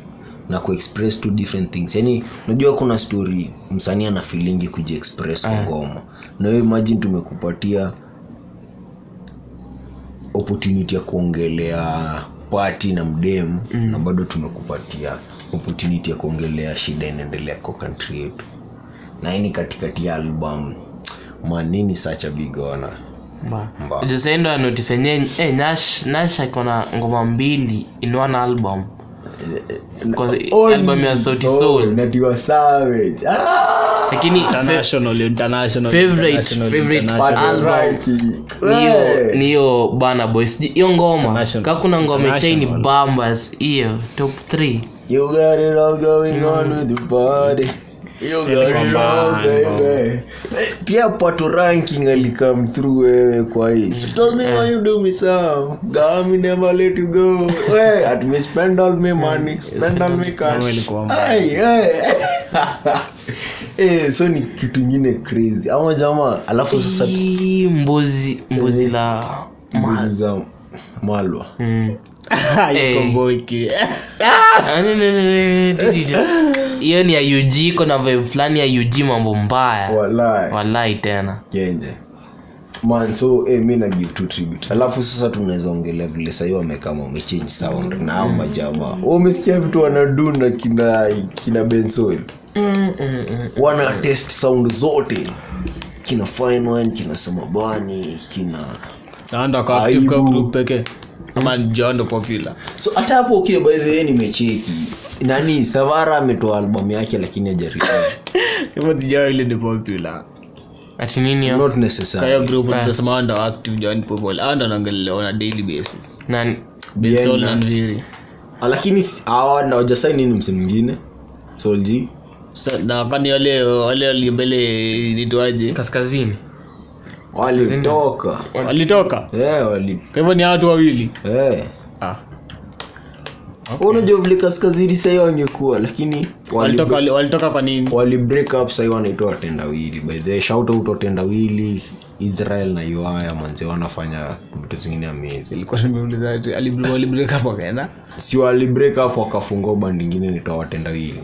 Speaker 2: na kuexpress two different things yani unajua kuna story msanii ana filingi kujiexpress
Speaker 3: Ah.
Speaker 2: kwa ngoma na hiyo imagine tumekupatia opportunity ya kuongelea pati na mdem mm. na bado tumekupatia opportunity ya kuongelea shida inaendelea kwa country yetu na hii ni katikati ya album manini sacha bigona Mbaya.
Speaker 3: jusaindo anotise nye eh, nash nash akona ngoma mbili in one album Kwanza, album ya sauti soul
Speaker 2: natiwa Oh, savage ah!
Speaker 3: lakini fa-
Speaker 1: International, international,
Speaker 3: favorite-
Speaker 1: international,
Speaker 3: favorite
Speaker 1: international.
Speaker 3: part- ni hiyo- ni hiyo bana boy Sijui- hiyo ngoma
Speaker 1: International.
Speaker 3: kakuna ngoma ishai ni
Speaker 1: International.
Speaker 3: bambas hiyo top 3
Speaker 2: You got it all going on with the body. You got it all, baby. pia pato ranking alikam through wewe kwa hii so tell me why you do me some God, me never let you go Hey, at me spend all my money spend all my cash
Speaker 1: Kama ilikuwa mbaya.
Speaker 2: Ai, hey. [laughs] Eh, so ni kitu ingine crazy ama jamaa alafu sasa
Speaker 3: Hii mbuzi mbuzi la
Speaker 2: tuuliza malwa
Speaker 3: Mm.
Speaker 1: Ah, yuko
Speaker 3: Eh.
Speaker 1: mboki.
Speaker 3: Ah, ne- ne- ne- ne- ne- ne- ne- hiyo ni ya ug iko na vibe fulani ya ug mambo mbaya
Speaker 2: walai
Speaker 3: walai tena
Speaker 2: jenje man so eh, mi na give two tribute alafu sasa tunaweza ongelea vile sahii wamekama wamechange sound na au majamaa Oh, umesikia vitu wanadunda kina kina bensoil
Speaker 3: Mm,
Speaker 2: wana test sound zote kina fine wine kina samabani kina
Speaker 1: Na ndo akawa active kwa
Speaker 2: Aibu.
Speaker 1: group pekee. Ama ni John ndo popular.
Speaker 2: so hata hapo okay by the way nimecheki nani savara ametoa albamu yake lakini hajarelease.
Speaker 1: Hivyo ni John ile ni popular.
Speaker 3: ati nini hiyo?
Speaker 2: not
Speaker 1: Kwa
Speaker 2: necessary
Speaker 1: hiyo group tunasema hao ndo active, John popular. Hao ndo wanaongelelewa on a daily basis.
Speaker 3: Nani?
Speaker 1: Sol
Speaker 2: Bien,
Speaker 1: na Nviri.
Speaker 2: Ah, lakini si- hawa na wajasaini ni mse mwingine solji
Speaker 1: So, na kwani wale wale walimbele nitwaje
Speaker 3: kaskazini
Speaker 2: walitoka
Speaker 1: walitoka
Speaker 2: Eh, wali-
Speaker 1: kwa hivyo ni hao watu wawili
Speaker 2: eh.
Speaker 1: ah.
Speaker 2: unajua vile kaskazini sahii wangekuwa lakini wali,
Speaker 1: walitoka, wali- walitoka kwa nini
Speaker 2: wali break up sahii wanaitwa watendawili by the way, shout out watendawili israel na uaya manze wanafanya vitu zingine amazing
Speaker 1: Ilikuwa nimeuliza ati, ali- walibreak up wakaenda
Speaker 2: si wali break up wakafungua band ingine inaitwa watendawili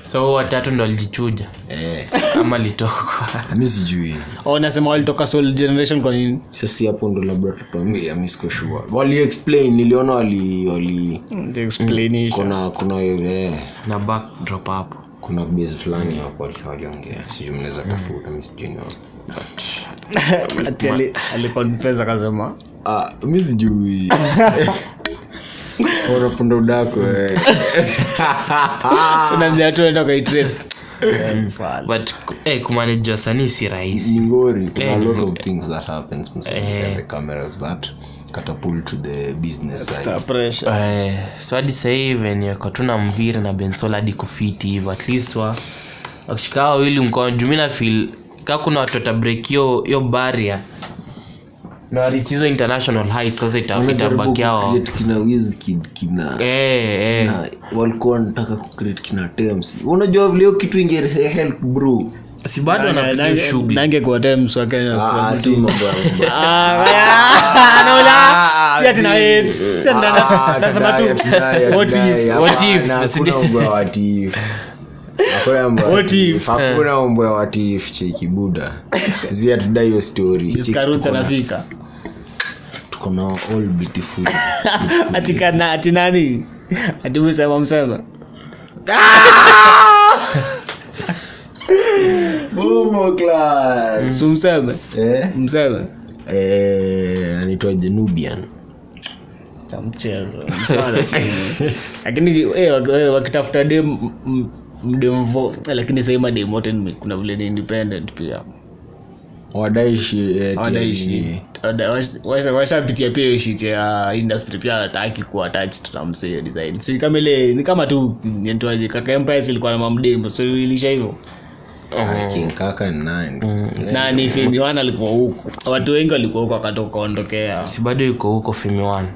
Speaker 3: so watatu ndo alijichuja
Speaker 2: eh, [laughs]
Speaker 3: ama litokwa
Speaker 2: mi sijui
Speaker 1: au nasema walitoka soul generation kwa nini
Speaker 2: sasi hapo ndo labda tutambia mi sikoshua wali explain niliona wali wali
Speaker 1: Mm,
Speaker 2: kuna kuna eh,
Speaker 3: [laughs] na backdrop hapo
Speaker 2: kuna base fulani hapo walikuwa waliongea sijui mnaweza tafuta mi sijui ni wapi.
Speaker 1: Ati ali- aliconfess akasema
Speaker 2: Ah, mi sijui unapunda udako eh.
Speaker 1: so naambia tu enda ukaitrace.
Speaker 3: but eh, kumanage wasanii si rahisi
Speaker 2: [laughs] Ni ngori kuna a lot of things that happens msanii
Speaker 3: Eh.
Speaker 2: behind the cameras that catapult to the business side
Speaker 1: Star pressure.
Speaker 3: Eh, so hadi sahivi katuna mvira na bensola hadi kufiti hivo at least wa wakishika hao wawili mkono juu mi na feel ka kuna watu watabreak hiyo hiyo barrier na wariach hizo international heights sasa ita-
Speaker 2: Wanajaribu
Speaker 3: itabaki hao
Speaker 2: kucreate kina wizkid kina
Speaker 3: Eh, eh.
Speaker 2: na walikuwa wanataka kucreate kina tems unajua vile hiyo kitu ingehelp bro
Speaker 3: si bado
Speaker 1: Nange-
Speaker 3: wanapiga
Speaker 1: nange-
Speaker 3: shughuli
Speaker 1: nange kuwatea mswa Kenya
Speaker 2: Ah,
Speaker 1: kwa
Speaker 2: si
Speaker 1: mtu.
Speaker 2: mambo ya-
Speaker 1: Ah, ah, anaona.
Speaker 2: Ah,
Speaker 1: Si ati na
Speaker 2: si-
Speaker 1: hate. Si ati na-
Speaker 2: Ah,
Speaker 1: nasema tu,
Speaker 2: tudai, tudai,
Speaker 1: [laughs] what
Speaker 2: tudai.
Speaker 1: if?
Speaker 3: What
Speaker 2: Hapana,
Speaker 3: if? Sidi-
Speaker 2: hakuna mambo ya what if. Hakuna mambo ya
Speaker 1: What
Speaker 2: what
Speaker 1: if?
Speaker 2: if. Eh. Hakuna mambo ya what if, cheki buda zia tudai hiyo story Cheki,
Speaker 1: Skaruta
Speaker 2: tuko na-
Speaker 1: anafika.
Speaker 2: tuko na all beautiful [laughs]
Speaker 1: Ati kana- ati nani ati msema msema
Speaker 2: Boom, Bongo Clan.
Speaker 1: so mseme
Speaker 2: Eh?
Speaker 1: mseme
Speaker 2: Eh, anaitwaje Nubian.
Speaker 1: cha mchezo Mseme. [laughs] lakini eh, wak- eh, wakitafuta dem m- mdemvo lakini sahii madem wote ni- kuna vile ni independent ah, pia
Speaker 2: Wadaishi eh,
Speaker 1: Hawataishi- hawada- wash- wash- washapitia pia hiyo shit ya Ah, industry pia hataki kuwa touched na msee design si kama ile ni kama tu nitwaje kaka empire ilikuwa na mamdemo so ilisha hivyo
Speaker 2: Ah, King Kaka ni nani?
Speaker 1: na ni Femi Wan alikuwa huku watu wengi walikuwa huku akatoka ondokea
Speaker 3: si bado yuko huko femi one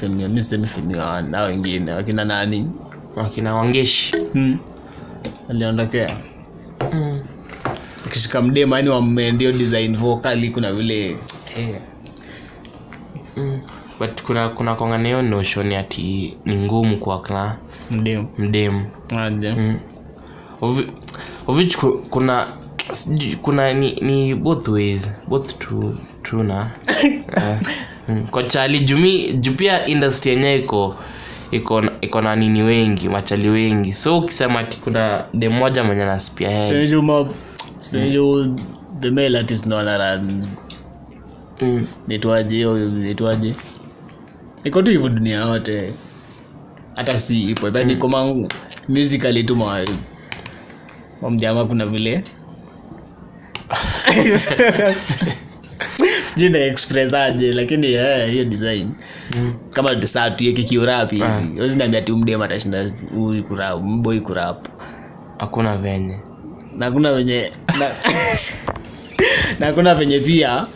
Speaker 1: Femi Wan- mi sisemi Femi Wan na wengine wakina nani
Speaker 3: wakina wangeshi
Speaker 1: Hmm. aliondokea akishika mdema yani wamendio design vocal kuna vile
Speaker 3: Eh. Mm. but kuna kuna kwangana hiyo notion ati ni ngumu kwa kla
Speaker 1: mdemo
Speaker 3: mdemu
Speaker 1: aje
Speaker 3: Mm. Ovi- ovich ku- kuna sijui- kuna ni, ni both ways both true, true na Eh, mm. kwa chali jumi ju pia industry yenyewe iko iko na- iko na nini wengi machali wengi so ukisema ati kuna dem moja mwenye naspia head
Speaker 1: sinijo mob sinijo the male artist ndo anaran
Speaker 3: mm.
Speaker 1: nitwaje hiyo nitwaje iko tu hivyo dunia yote hata si ipo yani mm. kama musically tu ma mamjama kuna [laughs] vile sijui na express aje lakini eh, hiyo design
Speaker 3: mm,
Speaker 1: kama saa tuieke kiurapi
Speaker 2: Ah.
Speaker 1: wezinaambia ti mdem atashinda huyu kurap mboi kurap
Speaker 3: hakuna venye
Speaker 1: na kuna venye na, [laughs] na kuna venye pia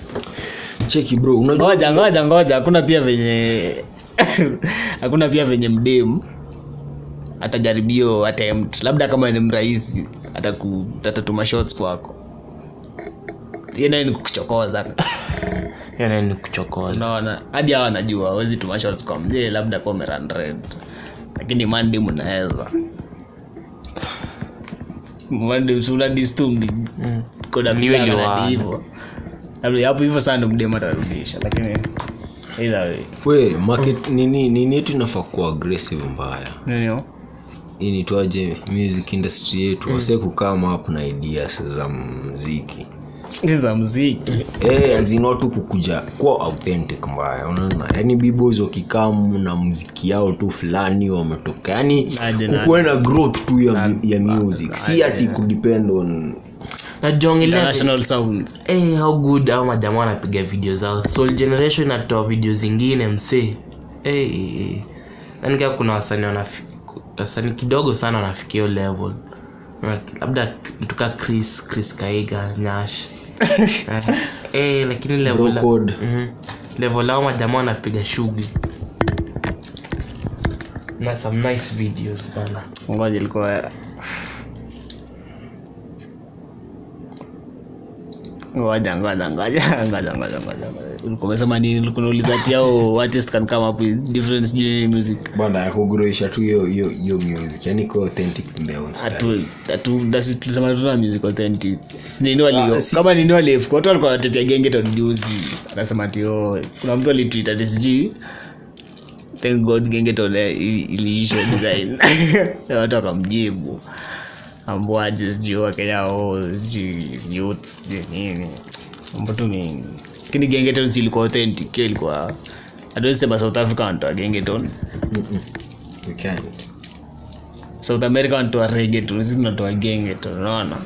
Speaker 2: Cheki bro, unajua
Speaker 1: ngoja ngoja ngoja hakuna pia venye [laughs] hakuna pia venye mdemu atajaribio attempt labda kama ni mrahisi ataku- atatuma shots kwako yenaye ni kukuchokoza
Speaker 3: yana ni kuchokoza
Speaker 1: unaona hadi hawa anajua awezi tuma shots kwa mjee labda kwa umeran red lakini mandem unaweza mandem suladistumni
Speaker 3: mm. Ndio
Speaker 1: kodakulana
Speaker 3: yuana.
Speaker 1: hivo labda hapo hivyo sana ndo mdem atarudisha lakini either way
Speaker 2: we market nini nini yetu inafaa kuwa aggressive mbaya
Speaker 1: Ndio.
Speaker 2: initwaje music industry yetu mm. wase kukama up na ideas za mziki
Speaker 1: Hizi za muziki
Speaker 2: Eh, azinatu kukuja kuwa authentic mbaya unaona yani bibos wakikamu na mziki yao tu fulani wametoka yani
Speaker 1: Nadi,
Speaker 2: kukuwe na growth tu ya, ya music si ati kudepend on
Speaker 3: najiongelea
Speaker 1: international sounds
Speaker 3: hey, Eh, how good au majamaa wanapiga video zao soul generation inatoa video zingine msee Eh, hey. nanika Yaani kuna wasanii wanafi- wasanii kidogo sana wanafikia hiyo level Na labda mtuka chris chris kaiga nyash Eh, eh, lakini level la-
Speaker 2: Brocode.
Speaker 3: Mhm. level lao majamaa wanapiga shughuli na some nice videos bana
Speaker 1: ngoja ilikuwa ngoja ngoja ngoja ngoja ngoja ngoja ngoja. ulikuwa umesema nini ulikuwa unauliza ati au artist can oh. kan come up with different sijui nini music
Speaker 2: banda ya kugroisha tu hiyo hiyo hiyo music yani kuwa authentic in their own style
Speaker 1: Atu- atu- dasi- tulisema tuna music authentic Si nini walio-
Speaker 2: Ah, si-
Speaker 1: kama nini walefu watu walikuwa wanatetea gengeton juzi anasema tio kuna mtu alitwita ati sijui thank god gengeton eh, i- iliisha design Na watu wakamjibu ambwaje sijui wakenyao sijui youth sijui nini mambo tu mingi lakini gengeton si ilikuwa authentic hiyo ilikuwa hatuwezi sema south africa wanatoa gengeton
Speaker 2: Mm-mm. You can't.
Speaker 1: south america wanatoa rege tu sisi tunatoa genge tu unaona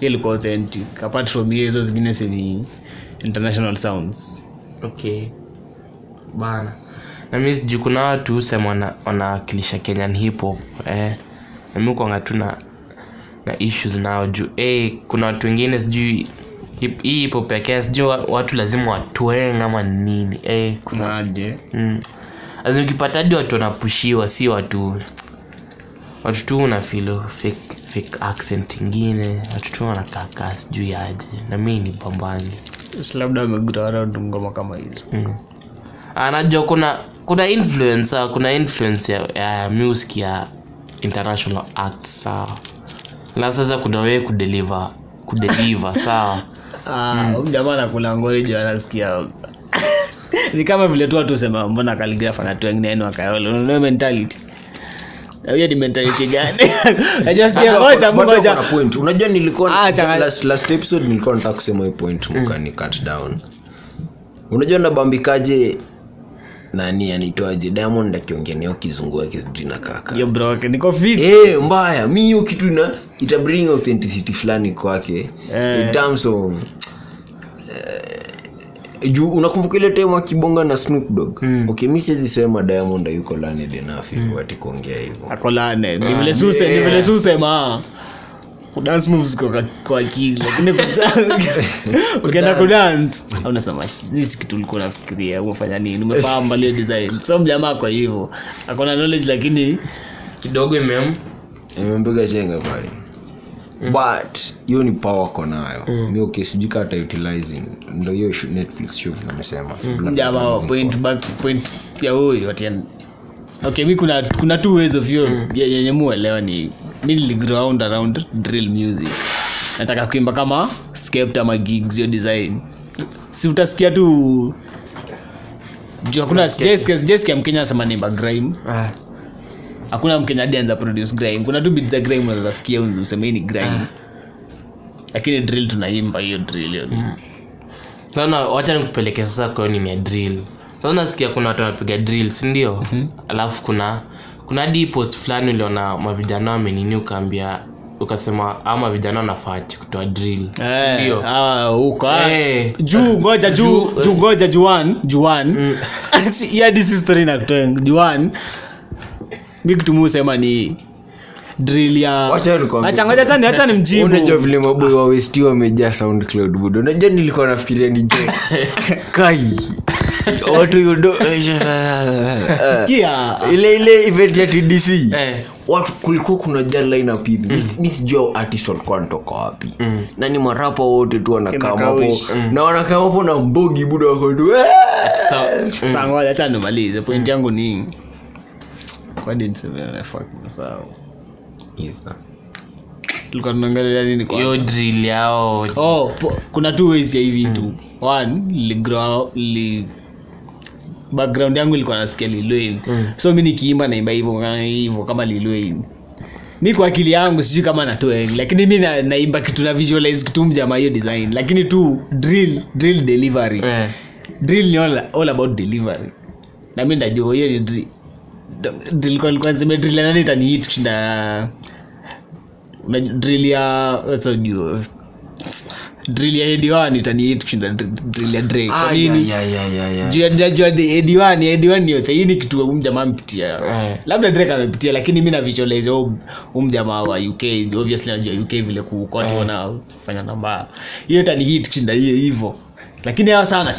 Speaker 1: hiyo ilikuwa authentic apart from hiyo hizo zingine si ni international sounds
Speaker 3: okay bana nami sijuu kuna watu husema wana- wanawakilisha kenyan hip hop eh. nami kwanga tu na na issues nao juu eh, kuna watu wengine sijui hip- hii hip hop ya Kenya sijui wa- watu lazima watweng ama ni nini eh, kuna
Speaker 1: kunaje
Speaker 3: mm. Lazima ukipata hadi watu wanapushiwa si watu watu tu una feel fake, fake accent ingine watu tu wanakaakaa sijui aje na mi ni pambani
Speaker 1: Si labda wamegutawaraundu ngoma kama hizo
Speaker 3: Mm. anajua kuna kuna influence sawa, kuna influence ya, ya music ya international acts sawa na sasa kuna wewe kudeliver kudeliver [laughs] sawa
Speaker 1: Ah, huyu jamaa nakula ngori juu anasikia [laughs] yaani ni kama vile tu watu sema mbona kaligraf anatu wengine yani wakayole unaelewa mentality hiyo ni mentality gani [laughs] I just
Speaker 2: Bado
Speaker 1: hear,
Speaker 2: wako-
Speaker 1: ngoja,
Speaker 2: bado
Speaker 1: ngoja.
Speaker 2: wako na point. unajua nilikuwa
Speaker 1: Ah, changa-
Speaker 2: last, last episode nilikuwa nataka kusema hii point
Speaker 1: Mm.
Speaker 2: mkani cut down unajua nabambikaje nani anitoaje diamond akiongea nayo kizungu yake sijui na kaka
Speaker 1: Yo, bro, niko fit
Speaker 2: Eh, mbaya mi hiyo kitu ina ita bring authenticity fulani kwake in terms of eh, juu unakumbuka ile time akibonga na Snoop Dogg
Speaker 1: Mm.
Speaker 2: okay mi siwezi sema diamond yuko learned enough hivyo ati kuongea hivyo
Speaker 1: akolane ni vile suse ni vile suse ma dance moves ziko kwa- kwa [laughs] akili lakini kusa- [laughs] ukienda kudance unasema this kitu ulikuwa unafikiria umefanya nini umefaa mbali design so mjamaa kwa hivyo akona knowledge lakini
Speaker 3: kidogo imem
Speaker 2: imempiga chenga pale but hiyo ni power ko nayo mi okay sijui kata utilizing ndo hiyo shu- netflix show amesema
Speaker 1: mjamaa wa point back point ya huyu ati an- okay mi kuna kuna tu ways of you ye- yenye muelewa ni mi niliground around drill music nataka kuimba kama skept ama gigs hiyo design si utasikia tu juu hakuna sijasikia sijasikia mkenya anasema naimba grime
Speaker 3: ah,
Speaker 1: hakuna mkenya hadi anza produce grime kuna tu bit za grime unaweza sikia unaweza useme hii ni grime lakini drill tunaimba hiyo drill hiyo
Speaker 3: sana wacha nikupeleke sasa kwa hiyo nini ya drill sasa nasikia kuna watu wanapiga drill sindio alafu kuna kuna hadi post fulani uliona mavijana wamenini ukaambia ukasema ama vijana wanafati kutoa drill
Speaker 1: Eh,
Speaker 3: sindio
Speaker 1: ah, huko ah.
Speaker 3: Eh.
Speaker 1: juu ngoja juu juu ngoja juan
Speaker 3: Mm.
Speaker 1: [laughs] juan yeah, this is story na kutoa juan mi kutumusema ni drill ya Acha ngoja acha ni- acha ni
Speaker 2: unajua
Speaker 1: mjibu
Speaker 2: vile maboi wa westi wamejaa soundcloud bud unajua nilikuwa nafikiria ni je kai watu [laughs] yudo Eh.
Speaker 1: sikia
Speaker 2: ile ile event ya tdc
Speaker 3: Eh.
Speaker 2: watu kulikuwa kuna ja lineup hivi mm. mi sijua artist walikuwa wanatoka wapi mm. na ni marapa wote tu wanakaa hapo
Speaker 1: Kinakawish.
Speaker 2: na wanakaa hapo na mbogi buda wako tu "Eh!"
Speaker 3: so, mm,
Speaker 1: Sasa ngoja acha nimalize point yangu ni Kwa nini niseme, fuck, nimesahau. tulikuwa tunaongelea nini kwa
Speaker 3: hiyo drill yao
Speaker 1: oh, po, kuna two ways ya hii vitu one li grow, li background yangu ilikuwa nasikia lilwain mm. so mi nikiimba naimba hivyo kama- hivyo kama lilwain mi kwa akili yangu sijui kama natoeng lakini mi na, naimba kitu na visualize kitu mjama hiyo design lakini tu drill drill delivery
Speaker 3: eh.
Speaker 1: drill ni all, all about delivery na mi ndajua hiyo ni drill. drill kwa- kwa niseme drill ya nani itanihit kushinda na drill ya sasa ujue. drill ya ediwan itanihit kushinda dr- drill ya Drake. Kwa
Speaker 2: Ah,
Speaker 1: nini?
Speaker 2: ya, ya, ya, ya.
Speaker 1: Juu ya- juu ya ediwan ediwan eh, yote hii ni kitu umjamaa mpitia
Speaker 3: Eh.
Speaker 1: labda drek amepitia lakini mi navisualize umjamaa wa uk obviously najua uk vile kukoti
Speaker 2: Eh.
Speaker 1: wanafanya nambaa hiyo tanihit kushinda hiyo hivo lakini hao sana [laughs]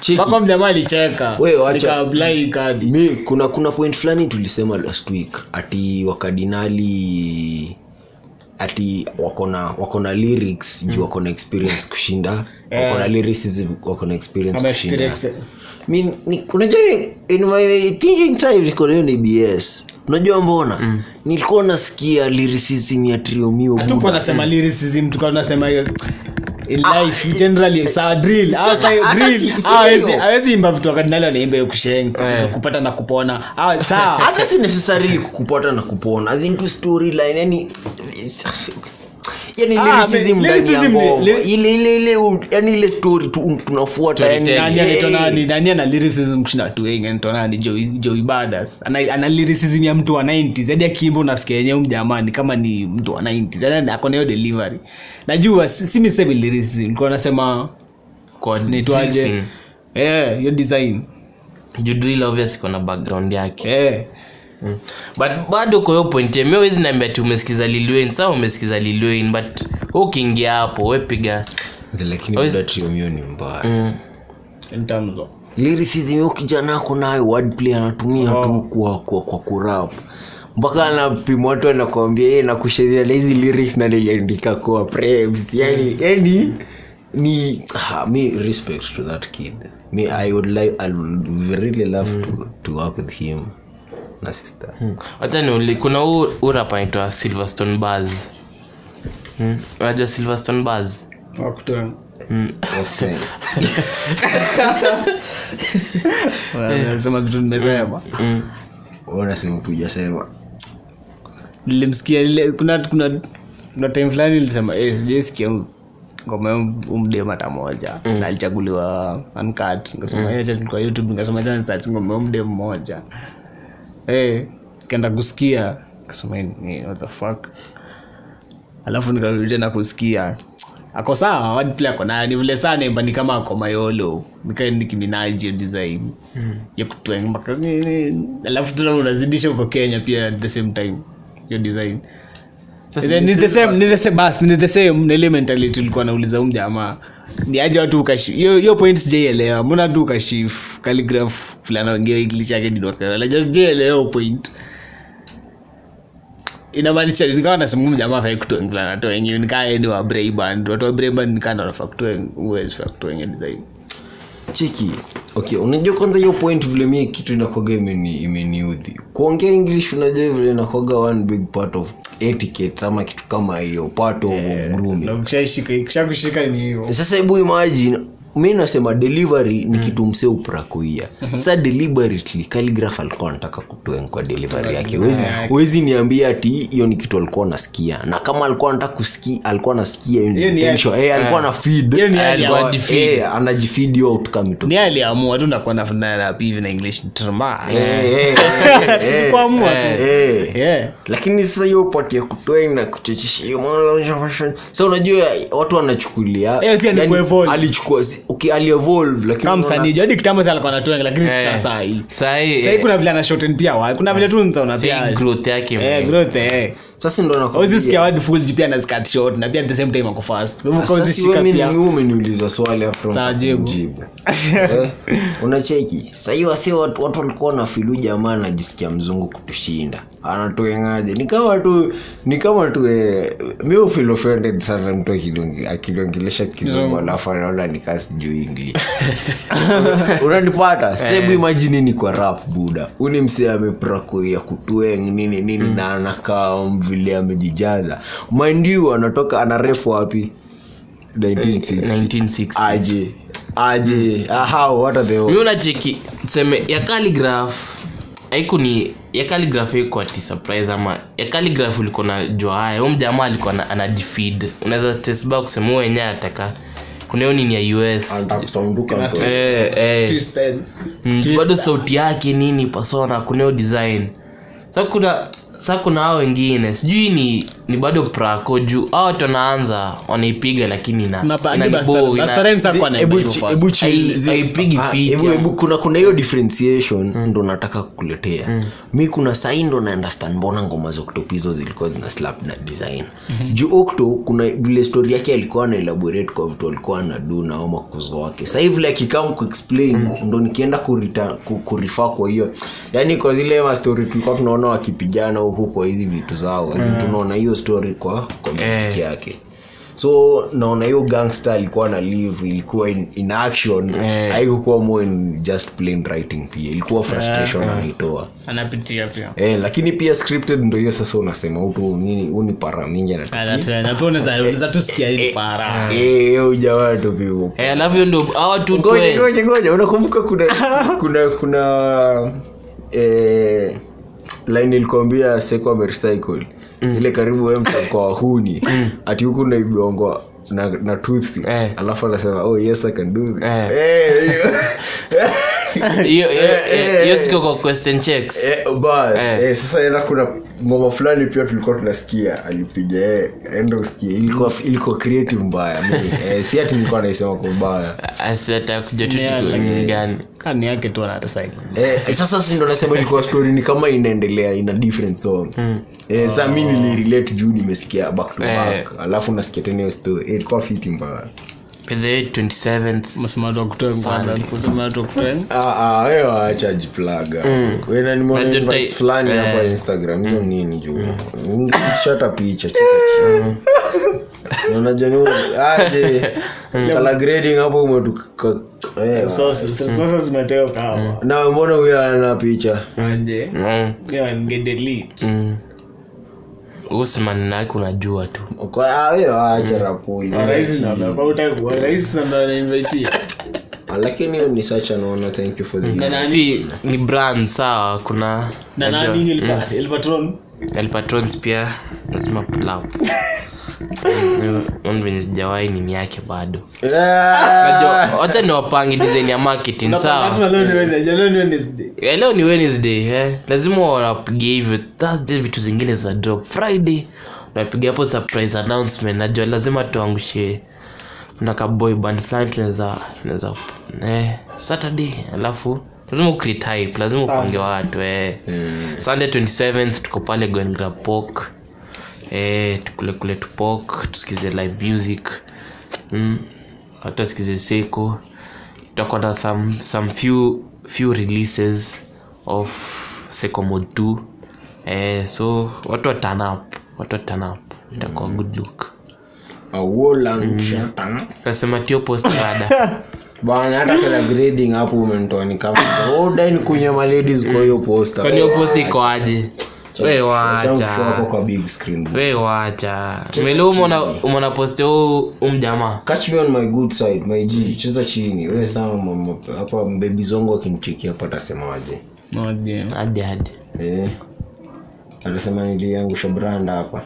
Speaker 2: Cheki.
Speaker 1: mpaka mjamaa alicheka
Speaker 2: We, wacha.
Speaker 1: nikaapply kadi
Speaker 2: mi kuna kuna point fulani tulisema last week ati wakadinali ati wakona wakona lyrics juu wakona experience kushinda wakona lyricism wakona Eh. experience kushinda Mi- ni- unajua ni- in my thinking time nilikuwa nayo ni bs unajua mbona nilikuwa nasikia lyricism ya triomio
Speaker 1: tuko nasema
Speaker 2: eh.
Speaker 1: lyricism tuko nasema hiyo in
Speaker 2: Ah,
Speaker 1: life generally saa drill Ah,
Speaker 2: eh, Sasa,
Speaker 1: saa
Speaker 2: hata
Speaker 1: drill
Speaker 2: si- si
Speaker 1: Ah, hawezi-
Speaker 2: hiyo. Eh.
Speaker 1: hawezi imba vitu wakadinali wanaimba hiyo kushenga kupata na kupona Ah, sawa
Speaker 2: [laughs] hata si necessarily kukupata na kupona azintu storyline yani yani
Speaker 1: Ah,
Speaker 2: lyricism
Speaker 1: me-
Speaker 2: ndani ya
Speaker 1: lyricism ni-
Speaker 2: ngoma
Speaker 1: lyri-
Speaker 2: ile ile ile u- yani ile story tu un- tunafuata yani
Speaker 1: nani
Speaker 2: Hey!
Speaker 1: anaitwa nani nani ana lyricism kushinda watu wengi anaitwa nani Joey- Joey Badass ana, ana lyricism ya mtu wa 90s hadi akiimba unasikia yenyewe mjamani kama ni mtu wa 90s yani akona hiyo delivery najua si si mi sisemi lyricism nilikuwa nasema
Speaker 3: kwa
Speaker 1: naitwaje
Speaker 3: dressing.
Speaker 1: eh hiyo design
Speaker 3: Juu drill obvious iko na background yake
Speaker 1: eh
Speaker 3: but bado kwa hiyo point eh. mi wezi naambia ti umesikiza lilwain sawa umesikiza lilwain but we ukiingia hapo wepiga
Speaker 2: lakini
Speaker 3: Always-
Speaker 2: bila triomio ni mbaya
Speaker 3: mm.
Speaker 1: in terms of
Speaker 2: lyricism hiyo kijana ako nayo wordplay anatumia tu kwa kwa, kwa kurap mpaka anapima watu anakwambia ye nakushezea na hizi lyrics na niliandika kwa preps yani yani ni ah, me respect to that kid me i would like i would really love to, to work with him na sister
Speaker 3: Hmm. wacha niuli kuna huu urap anaitwa silverstone bars Mm. unajua silverstone bars
Speaker 1: wakutoa
Speaker 2: okay.
Speaker 1: Eh. sema kitu nimesema
Speaker 2: ona sehemu tujasema
Speaker 1: nilimsikia lile kuna kuna kuna time fulani nilisema eh sijaisikia huu- ngoma umdemata moja mm. na alichaguliwa uncut nikasema mm. kwa youtube nikasema acha nisearch ngoma umde mmoja eh kenda kusikia nikasema "Eh, "Ni- what the fuck alafu nikarudi tena kusikia ako sawa wordplay ako nayo ni vile saa naimba ni kama ako mayolo nikae nikiminaji hiyo design mm. ya kutwanga alafu tena unazidisha uko kenya pia at the same time hiyo design
Speaker 3: Sasa
Speaker 1: Then ni the same- ni the same- bas, ni the same na ile mentality tulikuwa nauliza umjamaa ni aje watu ukashi hiyo hiyo point sijaielewa mbona tu ukashif kaligraf fulana ongea english yake jinokalala sijaielewa hiyo point inamaanisha nikawa nasema mjamaa fai kutuengulana to wenyewe nikaa yeye ni wa braiband watu wa braiband nikaa ndo wanafaa kutueng- huwezi faa kutuenge design
Speaker 2: cheki okay unajua kwanza hiyo point vile mie kitu inakwaga imeni- imeniudhi kuongea english unajua vile inakwaga one big part of etiquette ama kitu kama hiyo part of, of grooming
Speaker 1: na ukishaishika ikishakushika ni hiyo
Speaker 2: sasa hebu imagine mi nasema delivery ni kitu
Speaker 1: Mm.
Speaker 2: msee uprakuia
Speaker 1: Mhm.
Speaker 2: sa deliberately calligraph alikuwa anataka kutoen kwa delivery yake Huwezi- huwezi niambia ati hiyo ni kitu alikuwa anasikia na kama alikuwa anataka kusikia alikuwa anasikia hiyo ni
Speaker 1: Hiyo ni
Speaker 2: intention. Eh, alikuwa na feed
Speaker 1: Hiyo ni
Speaker 2: Eh,
Speaker 1: hali ya
Speaker 2: alikuwa-
Speaker 3: kujifeed.
Speaker 2: eh, anajifeed hiyo outcome ito-
Speaker 1: ni aliamua tu nakuwa na- na rap hivi na english drama
Speaker 2: Eh, eh, eh, eh,
Speaker 1: sikuamua tu
Speaker 2: eh.
Speaker 1: Yeah.
Speaker 2: lakini sasa hiyo pati ya kutoa na kuchechisha hiyo mwanzo fashion sasa unajua watu wanachukulia
Speaker 1: Eh, pia ni
Speaker 2: yani,
Speaker 1: kuevolve.
Speaker 2: alichukua si- okay alievolve lakini
Speaker 1: kama
Speaker 2: unaona-
Speaker 1: msanii juu hadi kitambo sana alikuwa anatoa lakini si
Speaker 3: Eh,
Speaker 1: kama saa hii
Speaker 3: sahi,
Speaker 1: Saa hii
Speaker 3: eh,
Speaker 1: kuna vile ana shorten pia wa kuna vile tu mtaona
Speaker 3: sahi
Speaker 1: pia
Speaker 3: growth yake
Speaker 1: eh
Speaker 3: man.
Speaker 1: growth eh
Speaker 2: sasa ndo
Speaker 1: hauwezi sikia
Speaker 2: nakwambia.
Speaker 1: word full pia na cut short na pia at the same time ako fast kwa hivyo
Speaker 2: Sasa
Speaker 1: hauwezi
Speaker 2: si wewe
Speaker 1: shika
Speaker 2: mimi-
Speaker 1: pia
Speaker 2: wewe umeniuliza swali after
Speaker 1: Sawa,
Speaker 2: unataka
Speaker 1: jibu.
Speaker 2: kujibu. Eh, unacheki sahii wasi watu watu walikuwa na filu jamaa anajisikia mzungu kutushinda anatuengaje ni kama tu ni kama tu eh, mi ufil offended sana mtu akilionge- akiliongelesha kizungu alafu anaona nikaa sijui english unanipata sebu imajini ni kwa rap buda uni msee ameprakoia kutueng nini nini na anakaa um vile amejijaza mandiu anatoka anarefu wapi 1960
Speaker 3: 1960
Speaker 2: aje aje ah, how what are the
Speaker 3: mi unacheki seme ya calligraph haiku ni ya calligraph haikuwa ati surprise ama ya calligraph ulikuwa na jua haya huyo mjamaa alikuwa na- anajifeed unaweza tesba kusema huyo wenyewe ataka kuna hiyo nini ya us
Speaker 2: Anataka kusanduka mtu.
Speaker 3: eh, eh.
Speaker 1: Twisted.
Speaker 2: Hmm,
Speaker 3: Mm, bado sauti yake nini pasona kuna hiyo design sa kuna sa kuna hao wengine sijui ni ni bado prako juu hao watu wanaanza wanaipiga lakini ina-
Speaker 1: Na ba- ni
Speaker 3: inaniboo,
Speaker 1: basta-
Speaker 3: ina-
Speaker 1: basta rhymes hakuwa
Speaker 2: Zi-
Speaker 1: anaimba
Speaker 2: ebu
Speaker 1: hivyo
Speaker 2: chi-
Speaker 1: fast.
Speaker 2: ebu chi-
Speaker 3: Hai-
Speaker 2: zi-
Speaker 3: haipigi
Speaker 2: ah,
Speaker 3: picha.
Speaker 2: ebu- ebu- kuna kuna hiyo differentiation ndo nataka kukuletea mi kuna sahi ndo na understand mbona ngoma za Octopizzo zilikuwa zina slap na design
Speaker 1: Mhm.
Speaker 2: juu okto kuna vile story yake alikuwa ana elaborate kwa vitu alikuwa anadu na au makuzo wake sahi vile akikam kuexplain ndo nikienda kurita- ku- kurifa kwa hiyo yani kwa zile ma story tulikuwa tunaona wakipigana huku kwa hizi vitu zao mm. tunaona hiyo story kwa kwa
Speaker 1: Eh.
Speaker 2: music yake so naona hiyo gangster alikuwa na live ilikuwa in, in action
Speaker 3: Eh.
Speaker 2: haikukuwa more in just plain writing pia ilikuwa frustration anaitoa
Speaker 1: anapitia pia
Speaker 2: eh, lakini pia scripted ndo hiyo sasa unasema utu nini uni para mingi anatupiga.
Speaker 1: Anatoa- na pia unaweza unaweza tu sikia ni para
Speaker 2: Eh, eh, ujamaa tupigo
Speaker 3: Eh, alafu hiyo ndio hawa tu
Speaker 2: ngoja
Speaker 3: twe-
Speaker 2: ngoja ngoja unakumbuka kuna
Speaker 3: [laughs]
Speaker 2: kuna kuna eh, line ilikuambia seko amerecycle
Speaker 3: Mm.
Speaker 2: ile karibu wewe mtu kwa
Speaker 3: [laughs]
Speaker 2: wahuni ati huku naibongo na, na tuthi
Speaker 3: Eh.
Speaker 2: alafu anasema oh yes i can do this
Speaker 3: Eh.
Speaker 2: Eh,
Speaker 3: [laughs]
Speaker 2: hiyo-
Speaker 3: hiyo hiyo-
Speaker 2: Eh, eh,
Speaker 3: hiyo
Speaker 2: eh.
Speaker 3: siko kwa question checks
Speaker 2: Eh, ba,
Speaker 3: Eh.
Speaker 2: eh, sasa ena kuna ngoma fulani pia tulikuwa tunasikia alipiga eh, enda usikie ilikuwa ilikuwa creative
Speaker 3: [laughs]
Speaker 2: mbaya Mimi, eh, si ati nilikuwa naisema kwa ubaya
Speaker 3: Ah, asiataka kuja
Speaker 1: Yeah, lakini-
Speaker 3: tutu gani
Speaker 1: kani yake tu anarecycle
Speaker 2: eh, sasa sindo nasema ilikuwa story ni kama inaendelea ina different song eh, saa mi nilirelate juu nimesikia back to back alafu nasikia tena hiyo story Eh, ilikuwa fiti mbaya
Speaker 3: pedhe 27th
Speaker 1: msema watu wa kutoa kwanza kusema watu wa kutoa [laughs]
Speaker 2: Ah, ah, wewe waacha jiplaga. Wewe na nimeona
Speaker 3: But
Speaker 2: invites
Speaker 3: today-
Speaker 2: fulani
Speaker 3: eh.
Speaker 2: hapa instagram hizo nini juu shata picha cheka cheka. Na unajua ni- aje color grading hapo umetuka eh,
Speaker 1: sources
Speaker 3: Hmm.
Speaker 1: resources zimeteo kama
Speaker 2: na mbona huyo ana picha
Speaker 1: aje
Speaker 3: Mm,
Speaker 1: yeah ngedelete
Speaker 3: mm. usman nake unajua tu Hmm.
Speaker 2: Kwa- ah, wewe waacha rapuli
Speaker 3: [laughs]
Speaker 1: rais na kwa utakuwa rais na ndio anaivetia
Speaker 2: Ah, lakini hiyo ni such an honor thank you for the
Speaker 1: Na nani?
Speaker 3: si ni brand sawa kuna
Speaker 1: na
Speaker 3: unajua, Hmm.
Speaker 1: nani Hilbert? Hilbertron?
Speaker 3: El Patrons pia lazima pull
Speaker 2: [laughs]
Speaker 3: up. Yaani venye sijawahi nini yake bado
Speaker 2: Yeah.
Speaker 3: Najua, wacha niwapange design ya marketing
Speaker 1: Unapanga
Speaker 3: sawa
Speaker 1: tu na leo ni Wednesday, leo ni Wednesday.
Speaker 3: Eh, leo ni wednesday eh? lazima wanapiga hivyo thursday vitu zingine za drop friday unapiga hapo surprise announcement najua lazima tuangushe kuna kaboy band fulani tunaweza tunaweza eh, saturday alafu lazima ukritype lazima upange watu eh. sunday 27th tuko pale gongra pok eh, tukule kule tupok tusikize live music mm. hata sikize seko tutakuwa na some, some few, few releases of seko mod 2 eh, so watu watanap watu watanap itakuwa good look
Speaker 2: A wall and shutdown.
Speaker 3: kasema tio postrada
Speaker 2: bana hata kila grading hapo umenitoa ni kama Oh, odain kunya maladies kwa hiyo poster
Speaker 3: kwani opost ikoaje we wacha
Speaker 2: hapo kwa big screen bro.
Speaker 3: we wacha melo umona posti huu umjamaa
Speaker 2: catch me on my good side my g cheza chini we sawa mama hapa mbebi zongo akimchikia hapa atasemaje
Speaker 1: [laughs]
Speaker 3: aje aje
Speaker 2: eh atasema niliangusha brand hapa